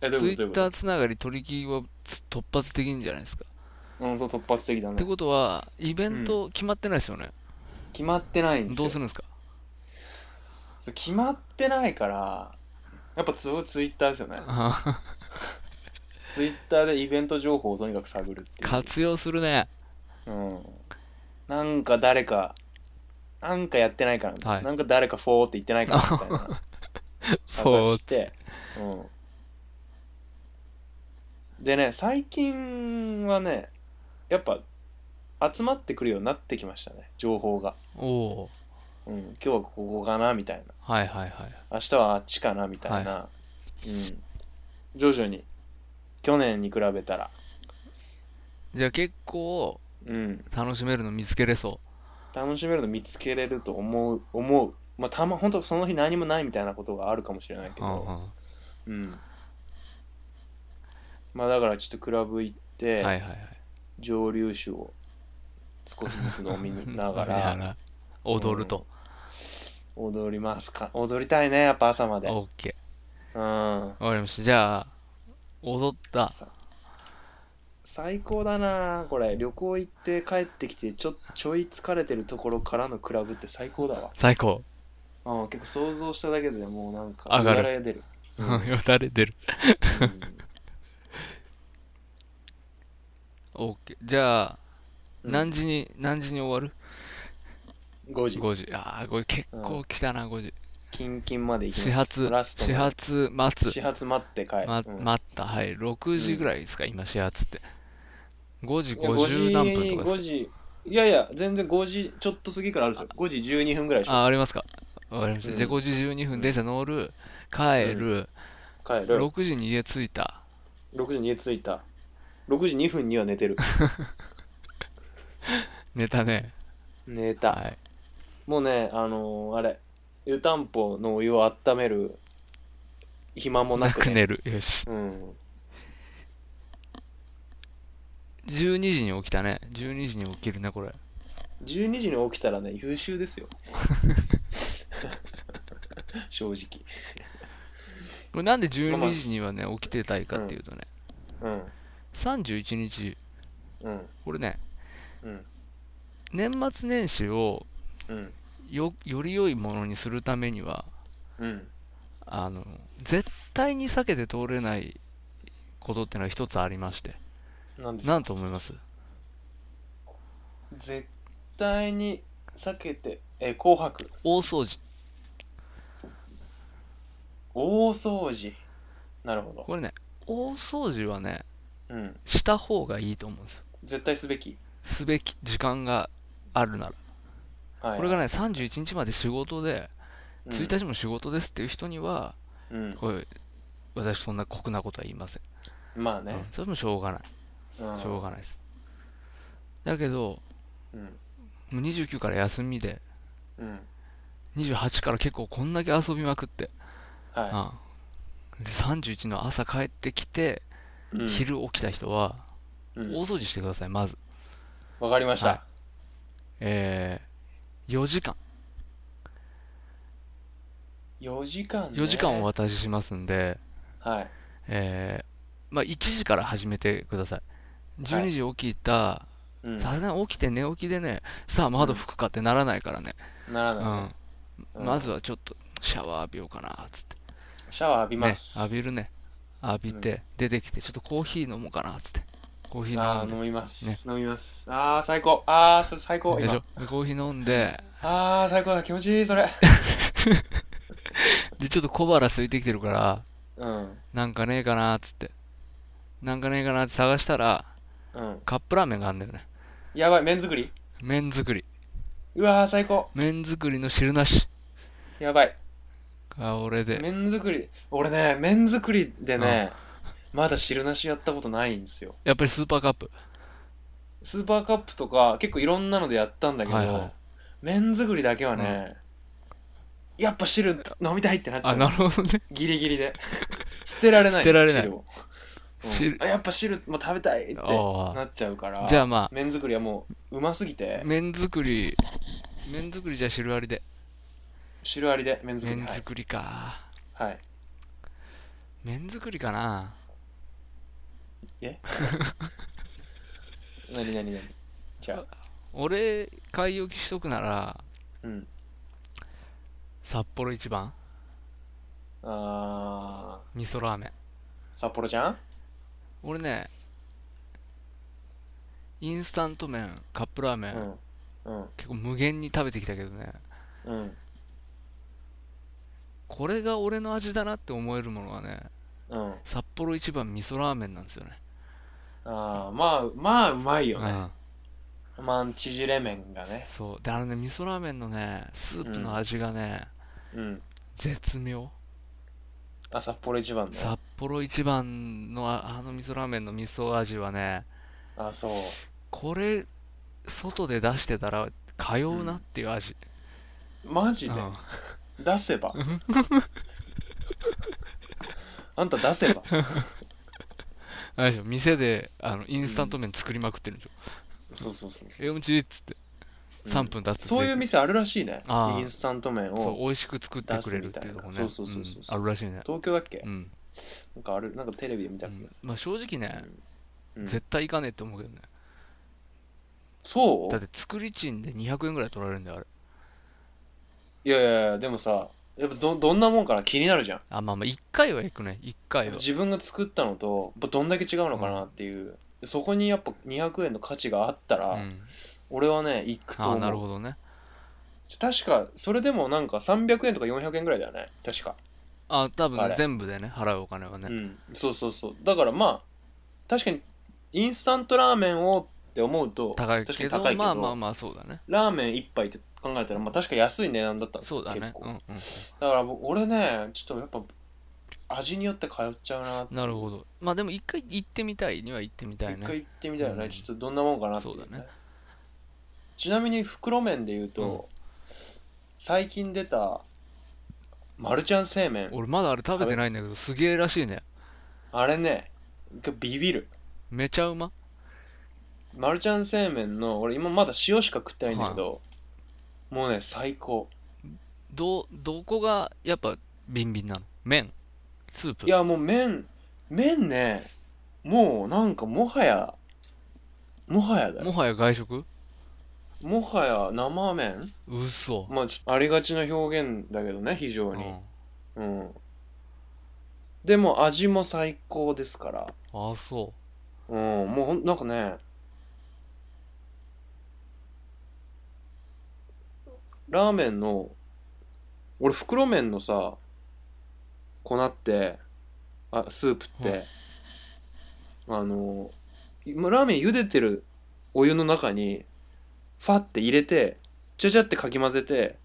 B: え、ど
C: ツ
B: うい
C: イ
B: うことどういうこと
C: ッターつながり取り木はつ突発的にじゃないですか。
B: うん、そう、突発的だ
C: って
B: ね。
C: ことは、イベント決まってないですよね。
B: 決まってないんですよ。
C: どうするんですか
B: そう決まってないから、やっぱツツイッターですよね。
C: あ
B: ツイッターでイベント情報をとにかく探るっていう。
C: 活用す るね。
B: うん。なんか誰か、なんかやってないかなみたいな、
C: はい
B: なんか誰かフォーって言ってないかなみたい な。探して、うん。でね、最近はね、やっぱ集まってくるようになってきましたね、情報が。
C: おお
B: うん、今日はここかなみたいな。
C: ーはいはいはい。
B: 明日はあっちかなみたいな、うん、徐々に去年に比べたら、
C: じゃあ結構
B: うん、
C: 楽しめるの見つけれそ
B: 楽しめるの見つけれると思う思うまあたま本当その日何もないみたいなことがあるかもしれないけ
C: う。うん
B: ど、
C: うん
B: うん、まあだからちょっとクラブ行って、
C: はいはいはい。
B: 蒸留酒を少しずつ飲みな が
C: 見
B: ら
C: 踊ると。
B: 踊りますか踊りたいねやっぱ朝まで
C: オッケ
B: うんさ
C: ー。わかりました。じゃあ、踊った。
B: 最高だなこれ旅行行って帰ってきてちょちょい疲れてるところからのクラブって最高だわ
C: 最高。
B: うん、結構想像しただけでもうなんか、
C: 上がる
B: うだれが出る。うん
C: よだれ出る。
B: うん
C: オッケー。じゃあ、
B: ううん
C: 何時に、何時に終わる
B: 5時
C: ?5 時。ああ、これ結構来たな、5時。
B: キンキンまで行き
C: 始
B: ま
C: 発、
B: ラスト
C: 始
B: の
C: 発
B: す
C: 待
B: 始
C: つ。
B: 発待って帰る、
C: ま、
B: うん
C: 待った。はい。6時ぐらいですか、今、始発って。5時
B: いや5
C: 50何分とか
B: 5
C: です
B: 時いやいや全然5時ちょっと過ぎからあるんですよ5時12分ぐらいでし
C: か。
B: ょ
C: あ、ありますか。わかりました。じゃあ
B: うん
C: 5時12分電車乗る、帰る、
B: 帰る
C: 6時に家着いた。
B: 6時に家着いた6時2分には寝 てる
C: 寝たね。
B: 寝た、
C: はい。
B: もうねあのーあれ湯たんぽのお湯を温める暇もな
C: な
B: く,、
C: く寝る。よし。
B: うん
C: 12時に起きたね。12時に起きるね、これ。
B: 12時に起きたらね優秀です よ 正直
C: これなんで
B: まあ
C: 12時にはね、起きてたいかっていうとね、
B: うん
C: 31日、
B: うん
C: これね、
B: うん
C: 年末年始を
B: うん
C: よより良いものにするためには、
B: うん
C: あの、絶対に避けて通れないことってのは一つありまして、
B: なんです
C: なんと思います
B: 絶対に避けてえ紅白
C: 大掃除。
B: 大掃除なるほど
C: これね、大掃除はね、
B: うん
C: した方がいいと思うんですよ。
B: 絶対すべき
C: すべき時間があるなら。
B: はい
C: これがね、31日まで仕事で、
B: うん
C: 1日も仕事ですっていう人には、
B: うん
C: これ、私そんな酷なことは言いません。
B: まあ
C: うん
B: ね
C: それもしょうがない。
B: うん
C: しょうがないです。だけど、
B: うん
C: もう29から休みで、
B: うん
C: 28から結構こんだけ遊びまくって、
B: は
C: うんで31の朝帰ってきて、
B: いうん
C: 昼起きた人は、
B: うん
C: 大掃除してください、まず。
B: わかりまし
C: はい
B: た
C: えー、4時間。
B: 4時間ね
C: 4時間お渡ししますんで、
B: はい
C: えー、まあ1時から始めてください。
B: はい
C: 12時起きた、
B: うん
C: さすがに起きて寝起きでね、さあ窓拭くかってならないからね。
B: なら
C: う
B: ない
C: ん
B: ね。うん
C: まずはちょっとシャワー浴びようかな、つって。
B: シャワー浴びま
C: ね、
B: す
C: 浴びるね。浴び
B: う
C: て、出てきて、ちょっとコーヒー飲もうかな、っつって。コーヒー
B: あ
C: 飲
B: ー
C: ん
B: 飲
C: で。
B: みます
C: ね
B: 飲みますあー最高あーそれ最高
C: でしょ
B: 今
C: でコーヒー飲 んで、
B: あー最高だ気持ちいいそれ
C: で、ちょっと小腹空いてきてるから、
B: うん
C: なんかねえかな、っつって。なんかねえかなって探したら、
B: うん
C: カップラーメンがあるんだよね。
B: やばい麺作り
C: 麺作り。
B: うわー最高
C: 麺作りの汁なし。
B: やばい
C: が俺で。
B: 麺作り俺ね麺作りでねまだ汁なしやったことないんですよ
C: やっぱりスーパーカップ。
B: スーパーカップとか結構いろんなのでやったんだけど、
C: はいはい
B: 麺作りだけはね、やっぱ汁飲みたいってなっちゃ
C: あ、
B: う
C: なるほどね。
B: ギリギリで 捨てられない
C: 捨てられない
B: 汁を、うん
C: 汁
B: あやっぱ汁も食べたいって
C: ああ
B: なっちゃうから
C: じゃあま
B: 麺作りはもううますぎ
C: あ、
B: て
C: 麺作り、麺作りじゃ汁ありで。
B: 汁ありで麺作り
C: 麺
B: はい、
C: 作りか。
B: はい、
C: 麺作りかな。
B: 何何何じゃあ
C: 俺、買い置きしとくなら、
B: うん
C: 札幌一番
B: あ
C: 味噌ラーメン
B: ー札幌ちゃん
C: 俺ねインスタント麺カップラーメン、
B: うんうん
C: 結構無限に食べてきたけどね
B: うん
C: これが俺の味だなって思えるものはね
B: うん
C: 札幌一番味噌ラーメンなんですよね
B: あーまあまあうまいよ
C: う
B: ね、
C: ん
B: まあ縮れ麺がね
C: そうであのね味噌ラーメンのねスープの味がね、
B: うん
C: 絶妙
B: あ札幌一番ね
C: 札幌一番のああの味噌ラーメンの味噌味はね
B: あそう
C: これ外で出してたら通うなっていう味、
B: マジで、
C: うん
B: 出せ ば
C: うん
B: あんた出せば
C: あれでしょ店であのインスタント麺作りまくってるんでしょ、
B: そうそうそうそ
C: えうちっつって
B: うん
C: 3分経つと
B: そういう
C: 出て
B: 店あるらしいね
C: あー
B: インスタント麺
C: そう
B: を
C: 美味しく作ってくれるっていうとこ
B: 出すみ
C: ね
B: たいなそうそうそうそうそうん
C: あるらしいね
B: 東京だっけ、
C: うん、
B: なんかあるなんかテレビで見
C: う
B: た気
C: ん
B: がす
C: まあ、正直ね
B: る、、うんうん
C: 絶対行かねえって思うけどね
B: そ
C: だっ
B: う
C: て作り賃で200円ぐらい取られるんだよあれ
B: いやいやいやでもさやっぱどどんなもんかな気になるじゃん
C: あまあまあ1回は行くね1
B: や
C: 回
B: っぱ
C: は
B: 自分が作ったのとやっぱどんだけ違うのかなっていうそこにやっぱ200円の価値があったら、
C: うん、
B: 俺はね行くと
C: あ
B: 思
C: あ
B: う
C: なるほどね
B: 確かそれでもなんか300円とか400円ぐらいだよね確か、
C: あ多
B: あ
C: 分
B: れ
C: 全部でね払うお金は
B: う
C: ね
B: んそうそうそうだからまあ確かにインスタントラーメンをって思うと
C: 高い
B: 確
C: け
B: かに
C: ど
B: 高いけど
C: まあまあまあそうだね
B: ラーメン1杯って考えたら、まあ、確か安い値段だったんです
C: そ
B: よ
C: うだね
B: 結構
C: うんうん
B: だから僕俺ねちょっとやっぱ味によって通っちゃうなって
C: なるほどまあでも一回行ってみたいには行ってみたい
B: 一
C: ね
B: 回行ってみたいよね、
C: うん
B: ちょっとどんなもんかなってい
C: そうだね
B: ちなみに袋麺で言うと、最近出たマルちゃん製麺
C: 俺まだあれ食べてないんだけどすげえらしいね
B: あれねビビる
C: めちゃうま
B: マルちゃん製麺の俺今まだ塩しか食ってないんだけど、もうね最高
C: どどこがやっぱビンビンなの麺スープ
B: いやもう麺麺ねもうなんかもはやもはやだよ
C: もはや外食
B: もはや生麺
C: うそ、
B: まあちょっとありがちな表現だけどね非
C: う
B: 常に、
C: ん、
B: うん。でも味も最高ですから。
C: あそ
B: うん、もうほん、なんかね、ラーメンの、俺袋麺のさ、粉って、あ、スープって、あの、今ラーメン茹でてるお湯の中に、ファって入れて、ちゃちゃってかき混ぜて、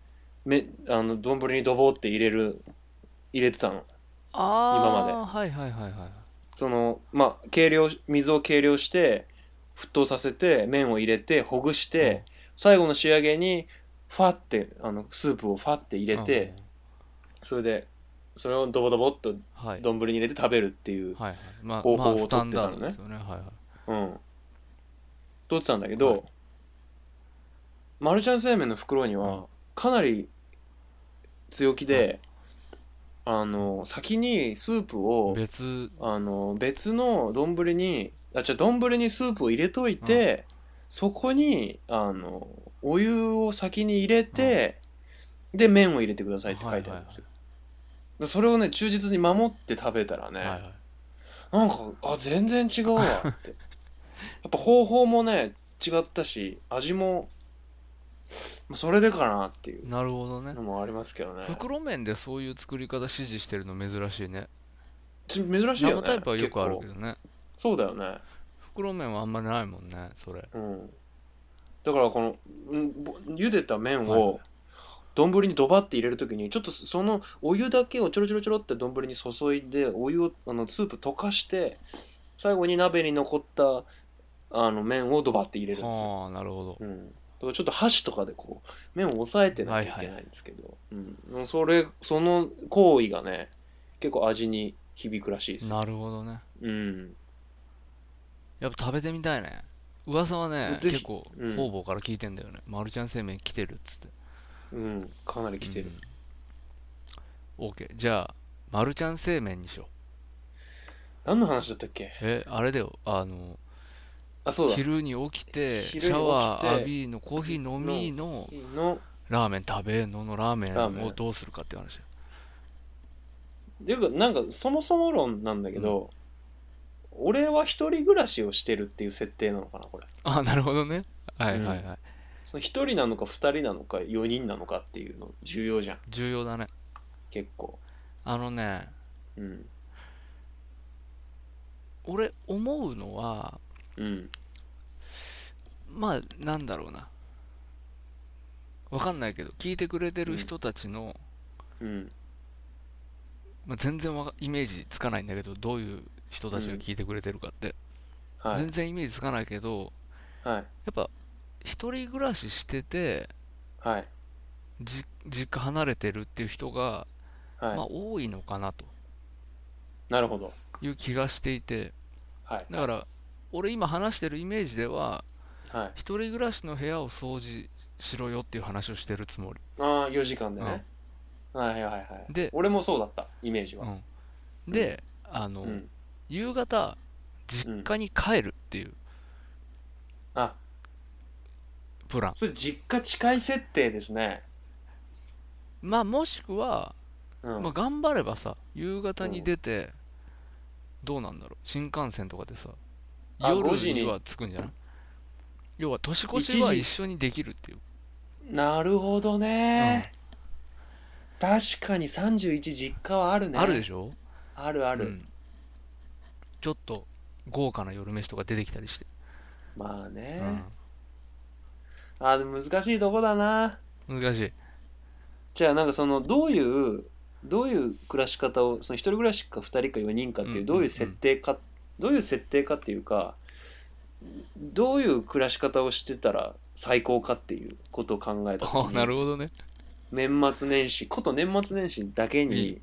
B: め、あの、丼にドボーって入れる、入れてたの。
C: うああ
B: 今まで
C: はいはいはいはい
B: そのまあ計量水を計量して沸騰させて麺を入れてほぐして、最後の仕上げにファってあのスープをファって入
C: うん
B: れて、それでそれをドボドボっと
C: うんはい
B: 丼に入れて食べるっていう、
C: はいはいまあ
B: 方法
C: まあ
B: を
C: スタンダー
B: 取ってたの
C: ド
B: ね
C: ですよねはいはい
B: うん取ってたんだけど、
C: はい
B: マルちゃん製麺の袋にはかなり強気で、あの先にスープを
C: 別
B: あの別の丼にあじゃ丼にスープを入れといて、そこにあのお湯を先に入れて、で麺を入れてくださいって書いてあるんですよ、それをね忠実に守って食べたらね、
C: はいはい
B: なんかあ全然違うわって やっぱ方法もね違ったし味もまあそれでかなっていう
C: なるほどね
B: のもありますけどね
C: 袋麺でそういう作り方指示してるの珍しいね
B: ち珍しいよね
C: 生タイプはよくあるけ
B: 結構
C: どね
B: そうだよね
C: 袋麺はあんまりないもんねそれ
B: うん、だからこのうんぼ茹でた麺
C: はい
B: を丼にドバって入れるときにちょっとそのお湯だけをちょろちょろちょろって丼に注いでお湯をあのスープ溶かして最後に鍋に残ったあの麺をドバって入れるんですよ、
C: はあなるほど
B: うん、だからちょっと箸とかでこう麺を押さえてなきゃいけないんですけど、うん、それその行為がね結構味に響くらしいですよ、
C: なるほどね
B: うん、
C: やっぱ食べてみたいね噂はね
B: ぜひ
C: 結構
B: うん
C: 方々から聞いてんだよねマルちゃん製麺来てるっつって
B: うん、かなり来てる、
C: うん、OK じゃあマルちゃん製麺にしよう
B: 何の話だったっけ
C: えあれだよあの
B: あそうだ
C: 昼に起きてシ
B: 昼に起きて
C: ャワー浴びのコーヒー飲みの
B: の
C: ラーメン食べののラーメ
B: ラーメ
C: ン
B: ン
C: をどうするかっていう話
B: よくなんかそもそも論なんだけど、俺は一人暮らしをしてるっていう設定なのかなこれ
C: あなるほどねはいはいはい、
B: その一人なのか二人なのか四人なのかっていうの重要じゃん
C: 重要だね
B: 結構
C: あのね
B: うん
C: 俺思うのは
B: うん
C: まあなんだろうなわかんないけど聞いてくれてる人たちの、
B: うん
C: まあ、全然わかイメージつかないんだけどどういう人たちが聞いてくれてるかって、
B: はい
C: 全然イメージつかないけど
B: はい
C: やっぱ一人暮らししてて
B: はい
C: じ実家離れてるっていう人が、
B: はい、
C: まあ、多いのかなと
B: なるほど
C: いう気がしていて
B: はい
C: だから俺今話してるイメージでは
B: はい
C: 一人暮らしの部屋を掃除しろよっていう話をしてるつもり、
B: ああ4時間でね、はいはいはい
C: で
B: 俺もそうだったイメージは
C: うん、であの、
B: うん、
C: 夕方実家に帰るっていう
B: あ
C: プラン、
B: それ実家近い設定ですね
C: まあもしくは、
B: うん、
C: まあ、頑張ればさ夕方に出て、どうなんだろう新幹線とかでさ
B: あ5
C: 夜
B: 時に
C: には着くんじゃない要は年越しは
B: 1時
C: 一緒にできるっていう。
B: なるほどね、確かに31実家はある
C: うん
B: ね
C: あるでしょ
B: あるあ
C: あ
B: る、
C: ちょっと豪華な夜飯とか出てきたりして。
B: まあね、
C: う
B: あでも難しいとこだなん
C: 難しい。
B: じゃあなんかそのどういうどういう暮らし方をその一人暮らしか2人か4人かって
C: うんう
B: い
C: ん
B: う
C: うん
B: どういう設定か、どういう設定かっていうかどういう暮らし方をしてたら最高かっていうことを考えた
C: あ
B: 時
C: あ、
B: に
C: なるほどね。
B: 年末年始こと年末年始だけ
C: い
B: に
C: い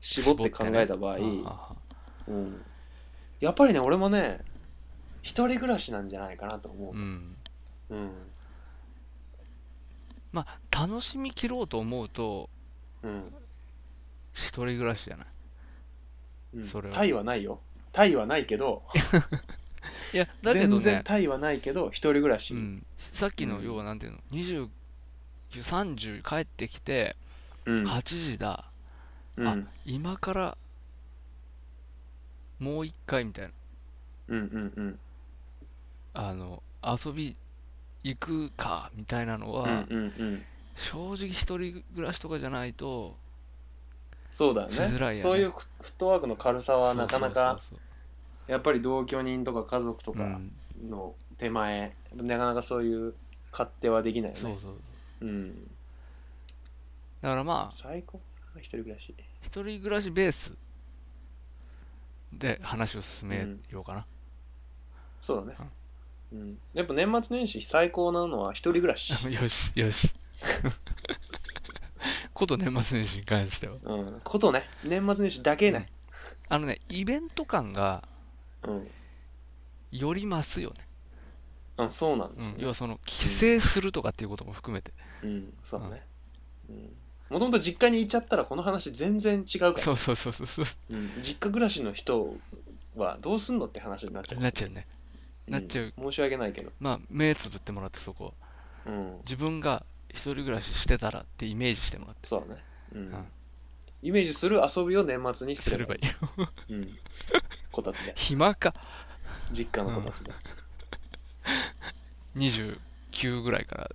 B: 絞って考えた場合、
C: うんあああ
B: うん、やっぱりね俺もね一人暮らしなんじゃないかなと思
C: あうん。
B: う、うん
C: まあ、楽しみ切ろうと思うと、
B: うん
C: 一人暮らしじゃない。
B: うん、
C: それは
B: タイはないよタイはないけど
C: いや、だけど
B: 全然
C: ね、
B: タイはないけど一人暮らし、
C: うん、さっき
B: う
C: の
B: ん
C: 要はなんていうの、20、30帰ってきて、
B: うん
C: 8時だ、
B: うん
C: あ今からもう一回みたいな、
B: うんうんうん
C: あの、遊び行くかみたいなの
B: うん
C: は、
B: うんうん
C: 正直一人暮らしとかじゃないと、
B: そうだよね
C: しづらいよね
B: そういうフットワークの軽さはなかなか
C: そうそう
B: やっぱり同居人とか家族と
C: そうそう、う
B: か
C: ん
B: の手前、なかなかそういう勝手はできないよ
C: そう
B: ね
C: そう。
B: うん
C: だからまあ、
B: 最高だな一人暮らし
C: 一人暮らしベースで話を進めようかな。
B: そうだねうん、やっぱ年末年始最高なのは一人暮ら し、
C: よし、よし。こと年末年始に関しては。
B: うん、ことね年末年始だけね、
C: あのね、イベント感が
B: うん
C: より増すよね。
B: うん、そうなんで
C: う
B: す
C: ん
B: よ、
C: 要はその、帰省するとかっていうことも含めて。
B: うん、そうね。もともと実家にいちゃったらこの話全然違うから、
C: そうそうそうそうそう。
B: うん実家暮らしの人はどうすんのって話になっちゃう。
C: なっちゃうね。
B: うん
C: なっちゃう
B: 申し訳ないけど。
C: まあ、目つぶってもらってそこ。
B: うん、
C: 自分が一人暮らししてたらってイメージしてもらって。
B: そうだね。うん
C: うん
B: イメージする遊びを年末にす
C: すれ
B: れば
C: ば
B: い
C: いいよ。
B: い。うん、こたつで。
C: 暇か。
B: 実家のこたつで。
C: 29ぐらいから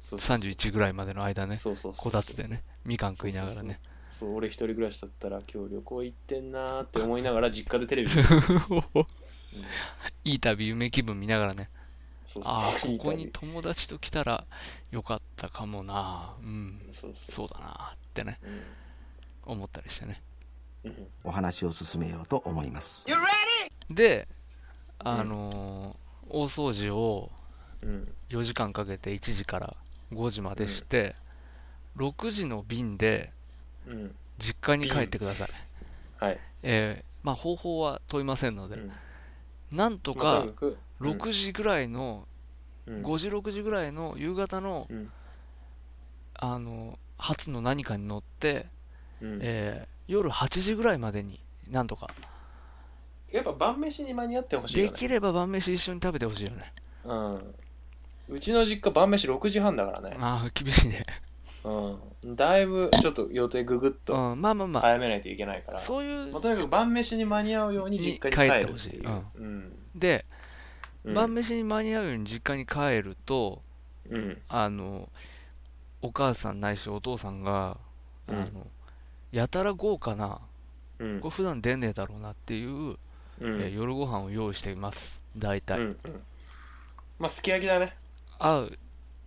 B: そうそうそう
C: 31ぐらいまでの間ね。
B: そうそうそう
C: こたつでね。みかん食いながらね。
B: そう俺一人暮らしだったら今日旅行行ってんなーって思いながら実家でテ レビ見てる、うん
C: いい旅、夢気分見ながらね。
B: そうそう
C: ああ、
B: い
C: こ
B: い
C: こ
B: 旅
C: に友達と来たらよかったかもな。うん。
B: そうそ
C: そううだなってね、
B: うん
C: 思ったりしてね。
B: うん
D: お話を進めようと思います
C: で、あのー大掃除を
B: うん
C: 4時間かけて1時から5時までして、6時の便で
B: うん
C: 実家に帰ってください。
B: はい、
C: えーまあ方法は問いませんの
B: う
C: で、
B: ん
C: なんと
B: まあ
C: か
B: にく
C: 6時ぐらいの、
B: うん
C: 5時、6時ぐらいの夕方の、
B: うん
C: あの、初の何かに乗って、
B: うん
C: えー夜8時ぐらいまでになんとか
B: やっぱ晩飯に間に合ってほしい
C: で
B: よね
C: きれば晩飯一緒に食べてほしいよね
B: うんうちの実家晩飯6時半だからね、
C: ああ厳しいね、
B: うん、だいぶちょっと予定ググっ
C: う
B: と
C: ん、まあまあまあ、
B: 早めないといけないから、
C: そういう
B: まあ、とにかく晩飯に間に合うように実家に
C: に帰っ
B: 帰る
C: てほ
B: っ
C: してい
B: いう、うん
C: で、
B: うん、
C: 晩飯に間に合うように実家に帰ると
B: うん
C: あのお母さんないしお父さんが、
B: うん
C: あのやたら豪華な
B: うん
C: これ普段出ねえだろうなっていう、
B: うん
C: えー夜ご飯を用意しています大体、
B: うんうんまあすき焼きだね、
C: あ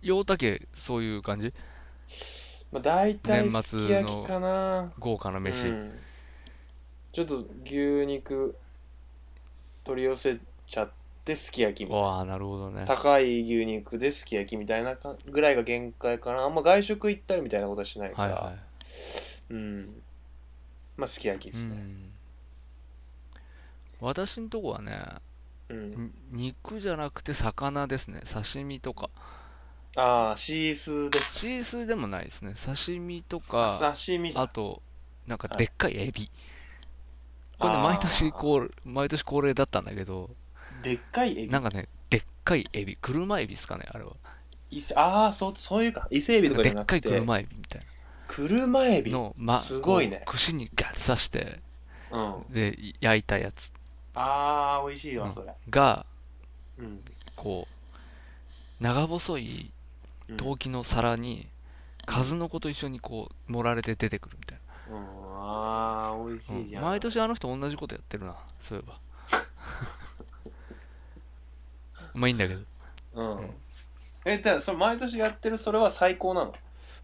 C: 陽太家そういう感じ
B: まあ、大体
C: 年
B: す
C: 末の
B: き焼きかな
C: 豪華な飯、
B: うん、ちょっと牛肉取り寄せちゃってすき焼きみたいな
C: わあなるほどね
B: 高い牛肉ですき焼きみたいなかぐらいが限界かなあんま外食行ったりみたいなことはしないか
C: はい
B: ら、
C: はい
B: うんまあすき焼きです
C: う
B: ね
C: ん、私のとこはね、
B: うん、
C: に肉じゃなくて魚ですね刺身とか
B: ああシースーです
C: シースーでもないですね刺身とか
B: 刺身
C: あとなんかでっかいエビ、これね
B: あー
C: 毎年こう毎年恒例だったんだけど
B: でっかいエビ
C: なんかねでっかいエビ車エビですかねあれは
B: 伊勢ああそうそういうか伊勢エビとかじゃ
C: で
B: な
C: っ
B: く
C: か
B: て
C: い車エビみたい
B: 車エビ
C: なの、ます
B: ごいね
C: こう串にガッて刺して
B: うん
C: で焼いたやつ
B: あー、美味しいわ、
C: うん
B: それ。
C: が、
B: うん。
C: こう、長細い
B: うん
C: 陶器の皿に、数の子と一緒にこう、盛られて出てくるみたい
B: うん、あー、美味しいじ
C: な。
B: ゃ。
C: うんん毎年あの人同じことやってるな、そうい えば。まあいいんだけど。
B: うん
C: うん。
B: え、じゃあ、それ毎年やってる、それは最高なの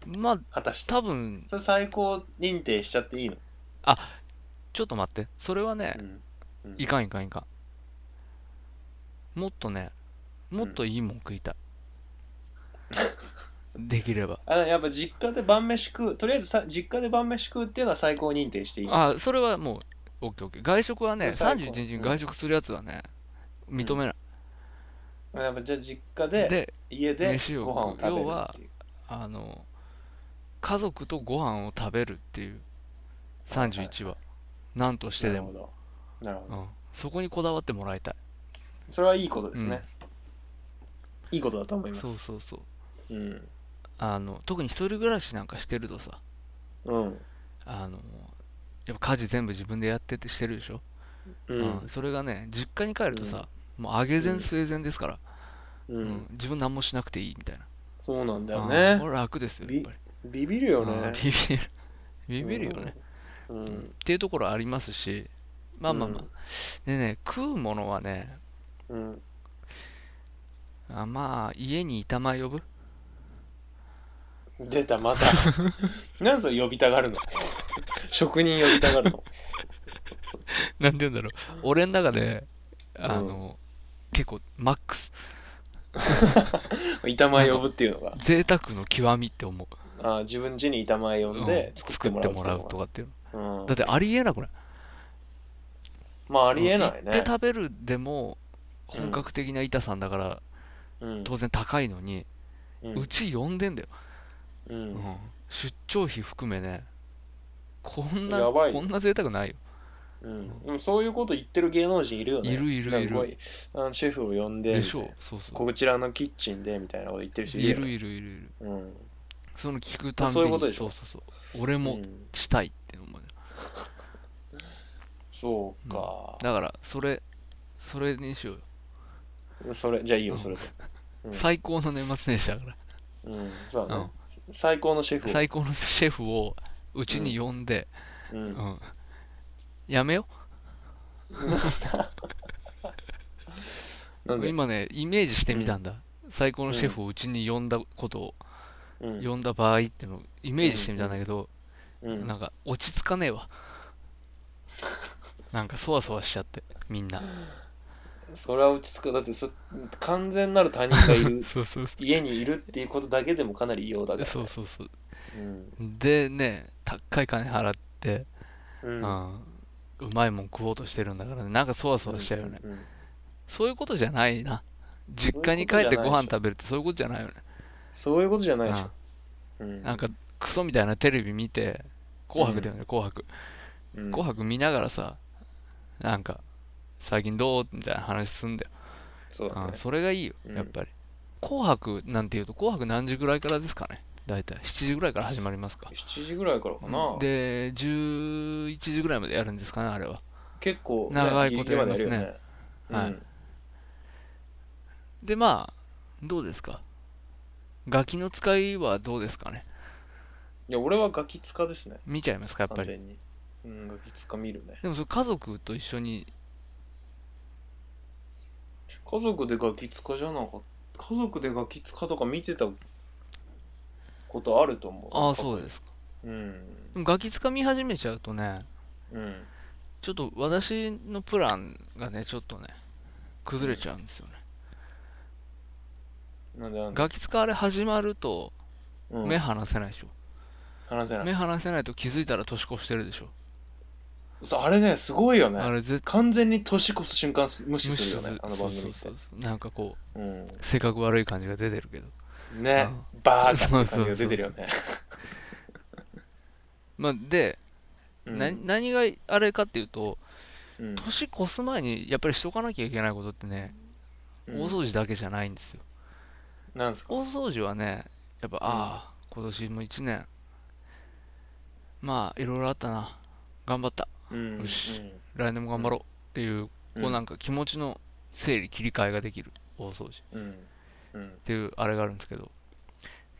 C: まあ、
B: 果たして。
C: 多分、
B: それ最高認定しちゃっていいの
C: ちょっと待って。それはね、
B: うん。うん
C: いかんいかんいかん。もっとね、もっといいもん食いたい。できれば。
B: あやっぱ実家で晩飯食う、とりあえずさ実家で晩飯食うっていうのは最高認定していいの。
C: あ、それはもう、オッケーオッケー。外食はね、
B: それ最高
C: 31日に外食するやつはね、認めない。
B: やっぱじゃあ実家で、
C: で、
B: 家で
C: 飯を
B: ご飯を食べるっていう。
C: 要はあの、家族とご飯を食べるっていう、31は。なんとしてでも。
B: なるほど。なるほ
C: う
B: ど。
C: ん。そこにこだわってもらいたい。
B: それはいいことですね。いいことだと思います。
C: そうそうそう。
B: うん。
C: あの、特に一人暮らしなんかしてるとさ、
B: うん。
C: あの、やっぱ家事全部自分でやっててしてるでしょ、
B: う
C: うん
B: ん。
C: それがね、実家に帰るとさ、もう揚げ膳据え膳ですから、
B: う
C: うん
B: ん。
C: 自分何もしなくていいみたいな。
B: そうなんだよ
C: うんこ
B: ね。
C: れ楽ですよ、やっぱり。
B: ビビるよ
C: うん
B: ね。
C: ビビる。ビビるよね、
B: う
C: うんっ
B: ん。
C: ていうところありますし、まあまあまあ。
B: うん
C: でね、食うものはね、
B: うん。
C: あまあ、家に板前呼ぶ
B: 出た、また。なんでそれ呼びたが るの職人呼びたがるの
C: なんて言うんだろう。俺の中で、あの、結構、マックス、
B: 板前呼ぶっていうのが。
C: 贅沢の極みって思う。
B: あ自分家に板前呼んで
C: うん
B: 作ってもらう,、
C: 作ってもらうとかっていう
B: うん
C: の。だってありえなくない
B: まあありえない
C: 行って
B: ね。
C: 食べるでも
B: うん
C: 本格的な板さんだから
B: うん
C: 当然高いのに、
B: う
C: うち呼んでんだよ、
B: う
C: うん
B: ん
C: 出張費含めねこんな
B: やばいよ
C: こんな贅沢ないよ
B: うんでもそういうこと言ってる芸能人いるよね。
C: いるいるいる
B: なんかこうあのシェフを呼んで
C: で
B: みたい
C: し
B: な
C: ょうそうそう
B: こちらのキッチンでみたいなこと言ってる人いる
C: い
B: よ
C: る
B: ね。
C: いるいるいる
B: うん
C: その聞くたんび
B: そういう
C: に
B: ことでしょ
C: そうそうそう俺も
B: うん
C: したいって思うね
B: そうか。
C: だからそれそれにしようよ、
B: それ、じゃあいいよ、
C: うん
B: それで。うん
C: 最高の年末年始だから
B: うん、そうだね。最高のシェフを。
C: 最高のシェフをうちに呼んで、
B: う
C: うんんやめよ
B: なんで、
C: 今ね、イメージしてみたんだ。最高のシェフをうちに呼んだことを、
B: うん
C: 呼んだ場合ってのをイメージしてみたんだけど、
B: うん
C: なんか落ち着かねえわ。 なんかそわそわしちゃって、みんな。
B: それは落ち着く。だってそ、完全なる他人がい る、
C: そうそうそ
B: 家にいるっていうことだけでもかなり異様だか
C: う。
B: ら。
C: そうそうそう。
B: うん。
C: でね、高い金払って、
B: う。
C: うんんうまいもん食おうとしてるんだからね、なんかそわそわしちゃうよね。
B: うんうん
C: そういうことじゃないな。実家に帰ってご飯食べるってそういうことじゃないよね。
B: そういうことじゃないでしょ。うん
C: うんなんかクソみたいなテレビ見て、紅白だよね、紅白。
B: うん
C: 紅白見ながらさ、なんか、最近どうみたいな話すんだよ。
B: そうだ
C: あ
B: ね。
C: それがいいよ
B: う、ん
C: やっぱり。紅白なんていうと、紅白何時ぐらいからですかね。大体、7時ぐらいから始まりますか。
B: 7時ぐらいからかな。
C: で、11時ぐらいまでやるんですかね、あれは。
B: 結構、ね、
C: 長いことやります
B: ギ
C: ね
B: リギリまでやるよね。
C: はい
B: うん
C: で、まあ、どうですかガキの使いはどうですかね
B: いや、俺はガキ使ですね。
C: 見ちゃいますか、やっぱ
B: 完
C: り。
B: 全に。うん、ガキ使見るね。
C: でも、それ家族と一緒に、
B: 家族でガキ使じゃなかった。家族でガキ使とか見てたことあると思う。
C: ああ、そう
B: す。
C: ですか。
B: うん。
C: でも、ガキ使見始めちゃうとね、
B: うん。
C: ちょっと私のプランがね、ちょっとね、崩れちゃうんですよね。
B: なんでなんで、
C: ガキ使われ始まると、
B: うん
C: 目離せないでしょ。
B: 話せな
C: 目
B: い。
C: 離せないと気づいたら年越してるでしょ。
B: そう、あれね、すごいよ
C: あ
B: ね。
C: れ絶
B: 完全に年越す瞬間無視
C: 対無
B: す
C: 視
B: るよ
C: す
B: ね
C: る、。
B: あの
C: そう
B: 番組っ
C: そ
B: て
C: う。そうなんかこ
B: うん。
C: う、性格悪い感じが出てるけど。
B: ね、バーカって感じが出てるよね。
C: まあ、で、
B: うん
C: な何があれかっていうと、
B: うん
C: 年越す前にやっぱりしとかなきゃいけないことってね、
B: うん
C: 大掃除だけじゃないんですよ。
B: なんですか
C: 大掃除はね、やっぱ、ああ、今年も一年、まあ、いろいろあったな。頑張った。
B: うん
C: よし
B: うん
C: 来年も頑張ろうっていうこうなんか気持ちの整理切り替えができる大掃除っ
B: うん。うん。
C: ていうあれがあるんですけどやっ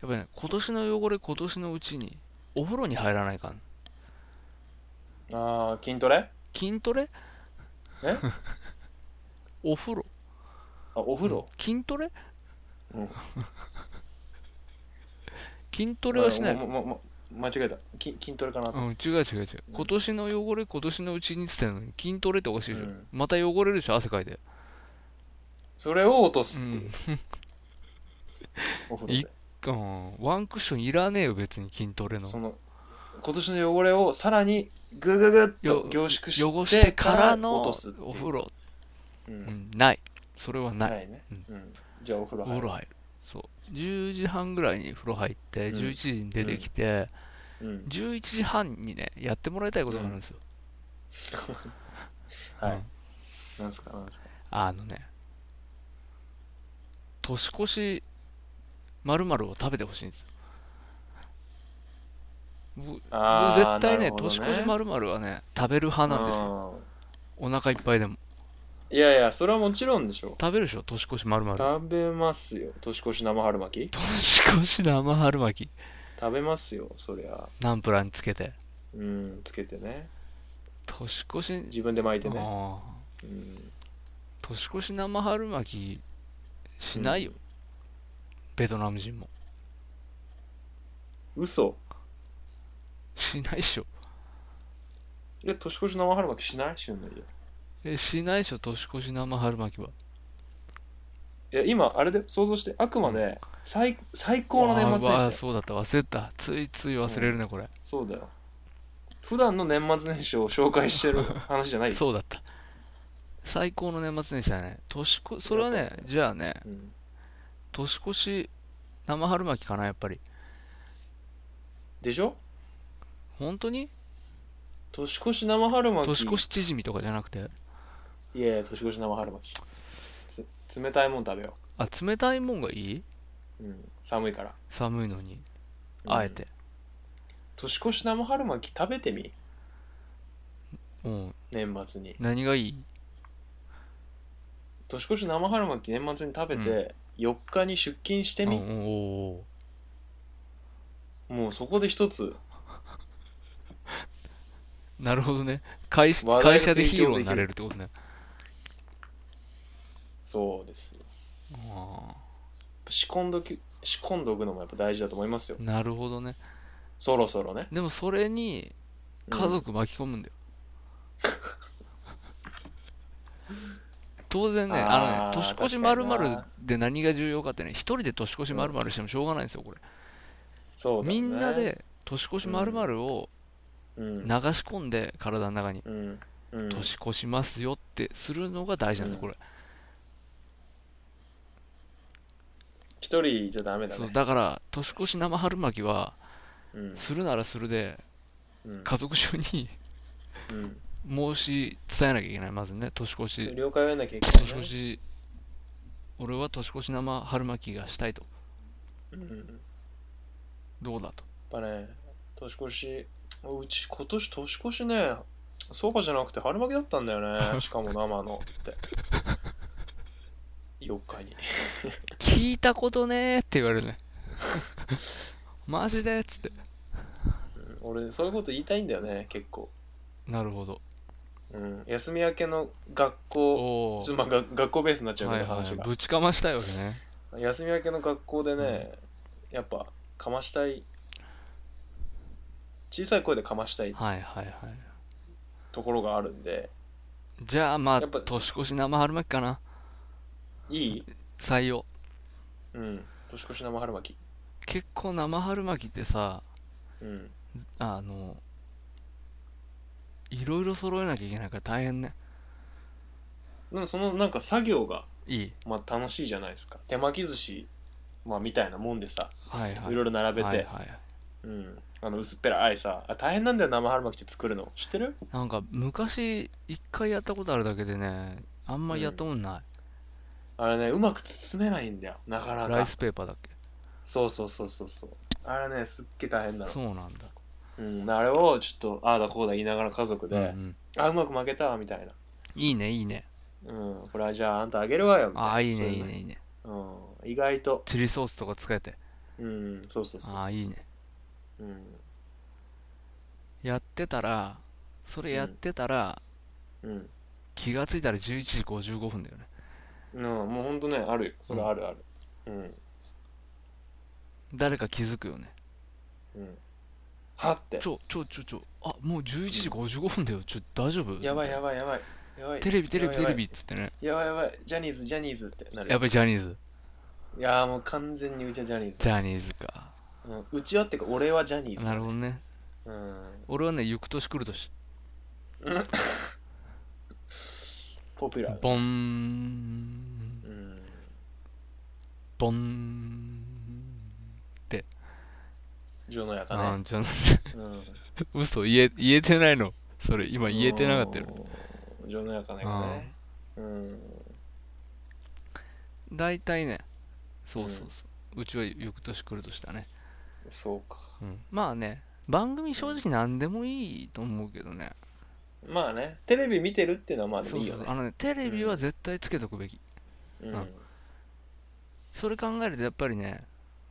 C: ぱりね今年の汚れ今年のうちにお風呂に入らないかん
B: ああ、筋トレ
C: 筋トレ
B: え
C: お風呂
B: あ、お風呂、
C: 筋トレ
B: うん、
C: 筋トレはしない
B: あま、ままま間違えた。き筋トレかなと
C: う。ん、違う違う違う。今年の汚れ、今年のうちに捨てるのに、筋トレっておかしいでしょ。
B: うん
C: また汚れるでしょ、汗かいて。
B: それを落とす
C: う
B: っていう、
C: ん。
B: お風呂
C: い
B: で。
C: うんワンクッションいらねえよ、別に筋トレの。
B: その、今年の汚れをさらにぐぐぐっ
C: よ
B: と凝縮して
C: 汚してから
B: 落
C: の
B: とすっていう
C: お風呂、
B: う。
C: うんん、ない。それはない。
B: ないね
C: うん。
B: うん。じゃあお風呂
C: お
B: 入
C: 風呂
B: る。
C: 入る。そう。10時半ぐらいに風呂入って、
B: うん
C: 11時に出てきて、
B: うん。
C: 11時半にね、やってもらいたいことがあるんですよ。
B: は
C: う
B: い
C: ん。
B: なんすか、なんすか。
C: あのね、年越し〇〇を食べてほしいんですよ。僕僕
B: あー
C: 絶対
B: な
C: ね、
B: るほど
C: 年越し〇〇はね、食べる派なんですよ。
B: よ。
C: お腹いっぱいでも。
B: いやいや、それはもちろんでしょ。
C: 食べるでしょ、年越し〇〇。
B: 食べますよ。年越し生春巻き
C: 年越し生春巻き。
B: 食べますよ、そりゃ。
C: ナンプラーにつけて。
B: うん、つけてね。
C: 年越し、
B: 自分で巻いてね。
C: あ
B: うん。
C: ー年越し生春巻きしないよ、ベトナム人も。
B: 嘘
C: しないでしょ。
B: いや、年越し生春巻きしない旬の家。
C: え、しないでしょ、年越し生春巻きは。
B: いや、今、あれで想像して、あくまで最最高の年末
C: あーわ
B: 年
C: あ
B: 始だよ。
C: そうだった忘れてたついつい忘れるねこれ、
B: そうだよ。普段の年末年始を紹介して る話じゃないよ。
C: そうだった最高の年末年始だね年越それは
B: やっ
C: ね
B: ぱ
C: じゃあね
B: うん
C: 年越し生春巻きかなやっぱり
B: でしょ
C: 本当に
B: 年越し生春巻き。
C: 年越し縮みとかじゃなくて
B: いやいや、年越し生春巻き。つ冷たいもん食べよ。
C: あ冷たいもんがいいう
B: うん、寒いから。
C: 寒いのに
B: うん
C: あえ。て
B: 年越し生春巻き食べてみ
C: うん、
B: 年末に。
C: 何がいい
B: 年越し生春巻き年末に食べて、4日に出勤して
C: うん
B: み、
C: うんおー
B: もうそこで一つ
C: なるほどね会社
B: 話題
C: 会
B: が
C: 社で
B: 提供でき
C: ヒ
B: る
C: ーローになれるってことね
B: そうですよ
C: あ
B: 仕込んどき仕込んどくのもやっぱ大事だと思いますよ
C: ーなるほどね
B: そろそろね
C: でもそれに家族巻き込むんだよ、当然ねあ
B: あー
C: のね年越し
B: 確か
C: 丸
B: にな
C: 々で何が重要かってね一人で年越し丸々してもしょうがないんですよこれ、
B: そうだよ
C: み
B: ね
C: んなで年越し丸々を
B: うん
C: 流し込んで体の中に
B: うんうん
C: 年越しますよってするのが大事なんだよこれ、
B: 一人じゃダメだ
C: そう
B: ね
C: だから年越し生春巻きは
B: うん
C: するならするで
B: うん
C: 家族中に申し伝えなきゃいけないまずね年越
B: うん
C: し
B: 了解を得なきゃいけない
C: 年
B: ね
C: 越し俺は年越し生春巻きがしたいと
B: うんうんやっ
C: どうだと
B: ぱね年越しうち今年年越しねそうかじゃなくて春巻きだったんだ よねしかも生のって4日に
C: 聞いたことねーって言われるね マジでっつって
B: うん俺そういうこと言いたいんだよね結構、
C: なるほど
B: うん、休み明けの学
C: お
B: 校
C: お
B: ちょっとまあが学校ベースになっちゃう
C: は
B: け
C: い
B: ど
C: は
B: 話
C: い
B: が、
C: ぶちかましたいわけね
B: 休み明けの学校でね、やっぱかましたい小さい声でかましたい
C: はいはいはい
B: ところがあるんで
C: じゃあまあ
B: やっぱ
C: 年越し生春巻きかない
B: い
C: 採用
B: うん年越し生春巻き
C: 結構生春巻きってさ
B: うん
C: あのいろいろ揃えなきゃいけないから大変ね
B: でもそのなんか作業が、
C: いい
B: まあ、楽しいじゃないですか手巻き寿司、まあ、みたいなもんでさ
C: はいはい
B: いろいろ並べて、
C: はいはい
B: うん、あの薄っぺらいさあ大変なんだよ生春巻きって作るの知ってる
C: なんか昔一回やったことあるだけでねあんまりやったもんない、
B: あれねうまく包めないんだよなかな
C: ライ
B: か
C: スペーパーだっけ
B: そうそうそうそうそうあれねすっげえ大変なの
C: そうなんだ
B: うん、あれをちょっとああだこうだ言いながら家族で、
C: うんうん
B: あうまく負けたわみたいな
C: いいねいいね
B: うん、これはじゃああんたあげるわよみたいな
C: ああ、いい
B: そう
C: ね、
B: う
C: いい
B: の
C: ね、いいね。
B: うん、意外と
C: チリソースとか使えて。
B: うんそうそうそうそう
C: ああ、いいね。
B: うん
C: やってたら、それやってたら、
B: うん、
C: 気がついたら11時55分だよね。
B: うん、もうほんとねあるよそれあるあるうん
C: 誰か気づくよね。
B: うんはって
C: ちょ、ちょ、ちょ、ちょ、あ、もう11時55分だよ。ちょ、大丈夫
B: やばいやばいやばいやばい
C: テレビ、テレビ、
B: やばい
C: テレビっつってね。
B: やばいやばいジャニーズジャニーズってなる
C: やっぱりジャニーズ。
B: いやーもう完全にうちはジャニーズ
C: ジャニーズか。
B: うんうちはってか俺はジャニーズ
C: なるほどね。
B: うん
C: 俺はね、行く年来る年。
B: ポピュラーだ
C: ボン
B: う、ん
C: ボン。
B: 情のやか
C: あ
B: ね
C: ー、じ
B: う
C: ゃ、
B: ん
C: 嘘、言え、言えてないの。それ、今言えてなかったよ。
B: うん情のやかねがねうん
C: 大体ね、そうそうそう。うちは行く年来る年だね。
B: そうか
C: うん。まあね、番組正直何でもいいと思うけどね。
B: まあねテレビ見てるっていうのはまあでも
C: そう
B: いい
C: そ
B: よ
C: う
B: ね
C: あのね、テレビは絶対つけとくべき。
B: うん
C: うんそれ考えるとやっぱりね、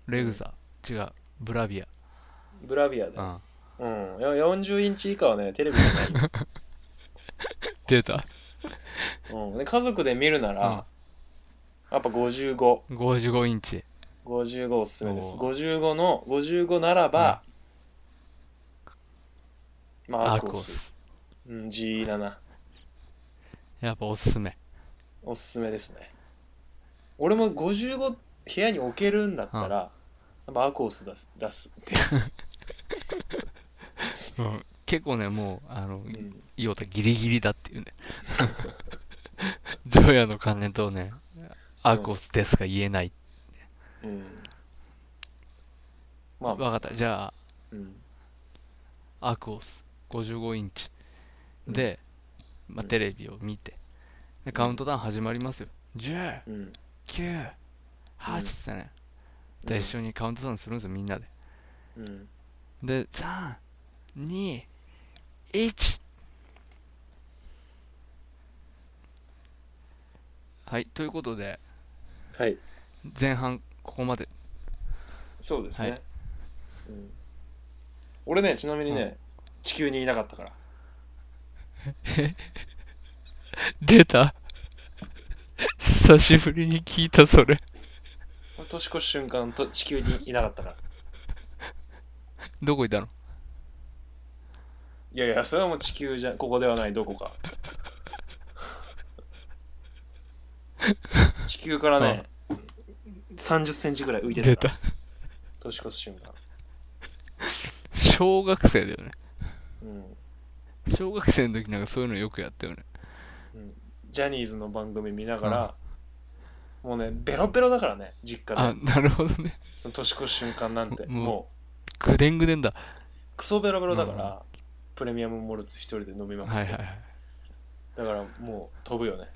C: レグザ、違う、ブラビア。
B: ブラビア
C: う
B: だ
C: ん。
B: うんいや40インチ以下はねテレビじゃ ないよ
C: 出た。
B: うんで家族で見るならやっぱ5555
C: うん。55インチ。
B: おすすめです
C: おー
B: 55の55ならばまあ
C: ア
B: ア
C: ー
B: ク
C: ク
B: オ
C: オ
B: ス
C: ス。
B: うん G7
C: やっぱおすすめ。
B: おすすめですね俺も55部屋に置けるんだったらやっぱアクオス出す出すです
C: うん。結構ね、もう、あの
B: う、ん
C: イオタギリギリだっていうね。 ジョヤの金とね、アークオスですが言えない。
B: うん
C: わ
B: まあ
C: かった。じゃ
B: うん
C: あ、アークオス55インチ。
B: うん
C: で、まあ、
B: うん
C: テレビを見て。で、カウントダウン始まりますよ。10、
B: うん
C: 9、8ってね。で、一緒にカウントダウンするんですよ、みんなで。
B: うん
C: で、3、2、1。はい、ということで、
B: はい
C: 前半ここまで。
B: そうですね、
C: はい
B: うん、俺ねちなみにね、地球にいなかったから
C: 出た久しぶりに聞いた、それ。
B: 俺年越し瞬間と地球にいなかったから
C: どこいたの
B: いやいやそれはもう地球じゃここではないどこか地球からね、3 0ンチぐらい浮いて
C: 出
B: たから
C: た。
B: 年越し瞬間
C: 小学生だよね。
B: うん、
C: 小学生の時なんかそういうのよくやったよね。
B: うん、ジャニーズの番組見ながら、もうねベロベロだからね実家
C: あ、
B: で
C: なるほどね。
B: その年越し瞬間なんて
C: もう
B: も
C: ぐでんぐでんだ。
B: うクソベロベロだから、プレミアムモルツ一人で飲みまくって、
C: はいはいはい。
B: だからもう飛ぶよね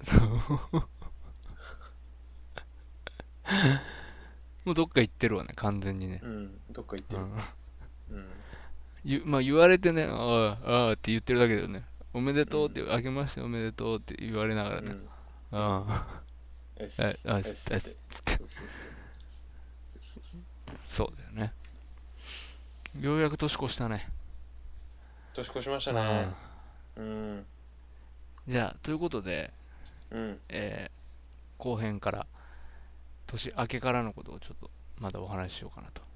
C: もうどっか行ってるわね、完全にね。
B: うんどっか行って
C: う
B: る
C: ん
B: うん
C: ゆまあ、言われてね、ああ、ああって言ってるだけだよね。おめでとうって、あげましておめでとうって言われながら
B: う
C: ね。
B: ん
C: あ
B: えっ
C: あ、えあ
B: えっ
C: つって、
B: そうそうそう
C: そうだよね。ようやく年越したね。
B: 年越しましたねうん
C: うんじゃあ、ということで、
B: うん
C: えー後編から、年明けからのことをちょっとまだお話ししようかなと。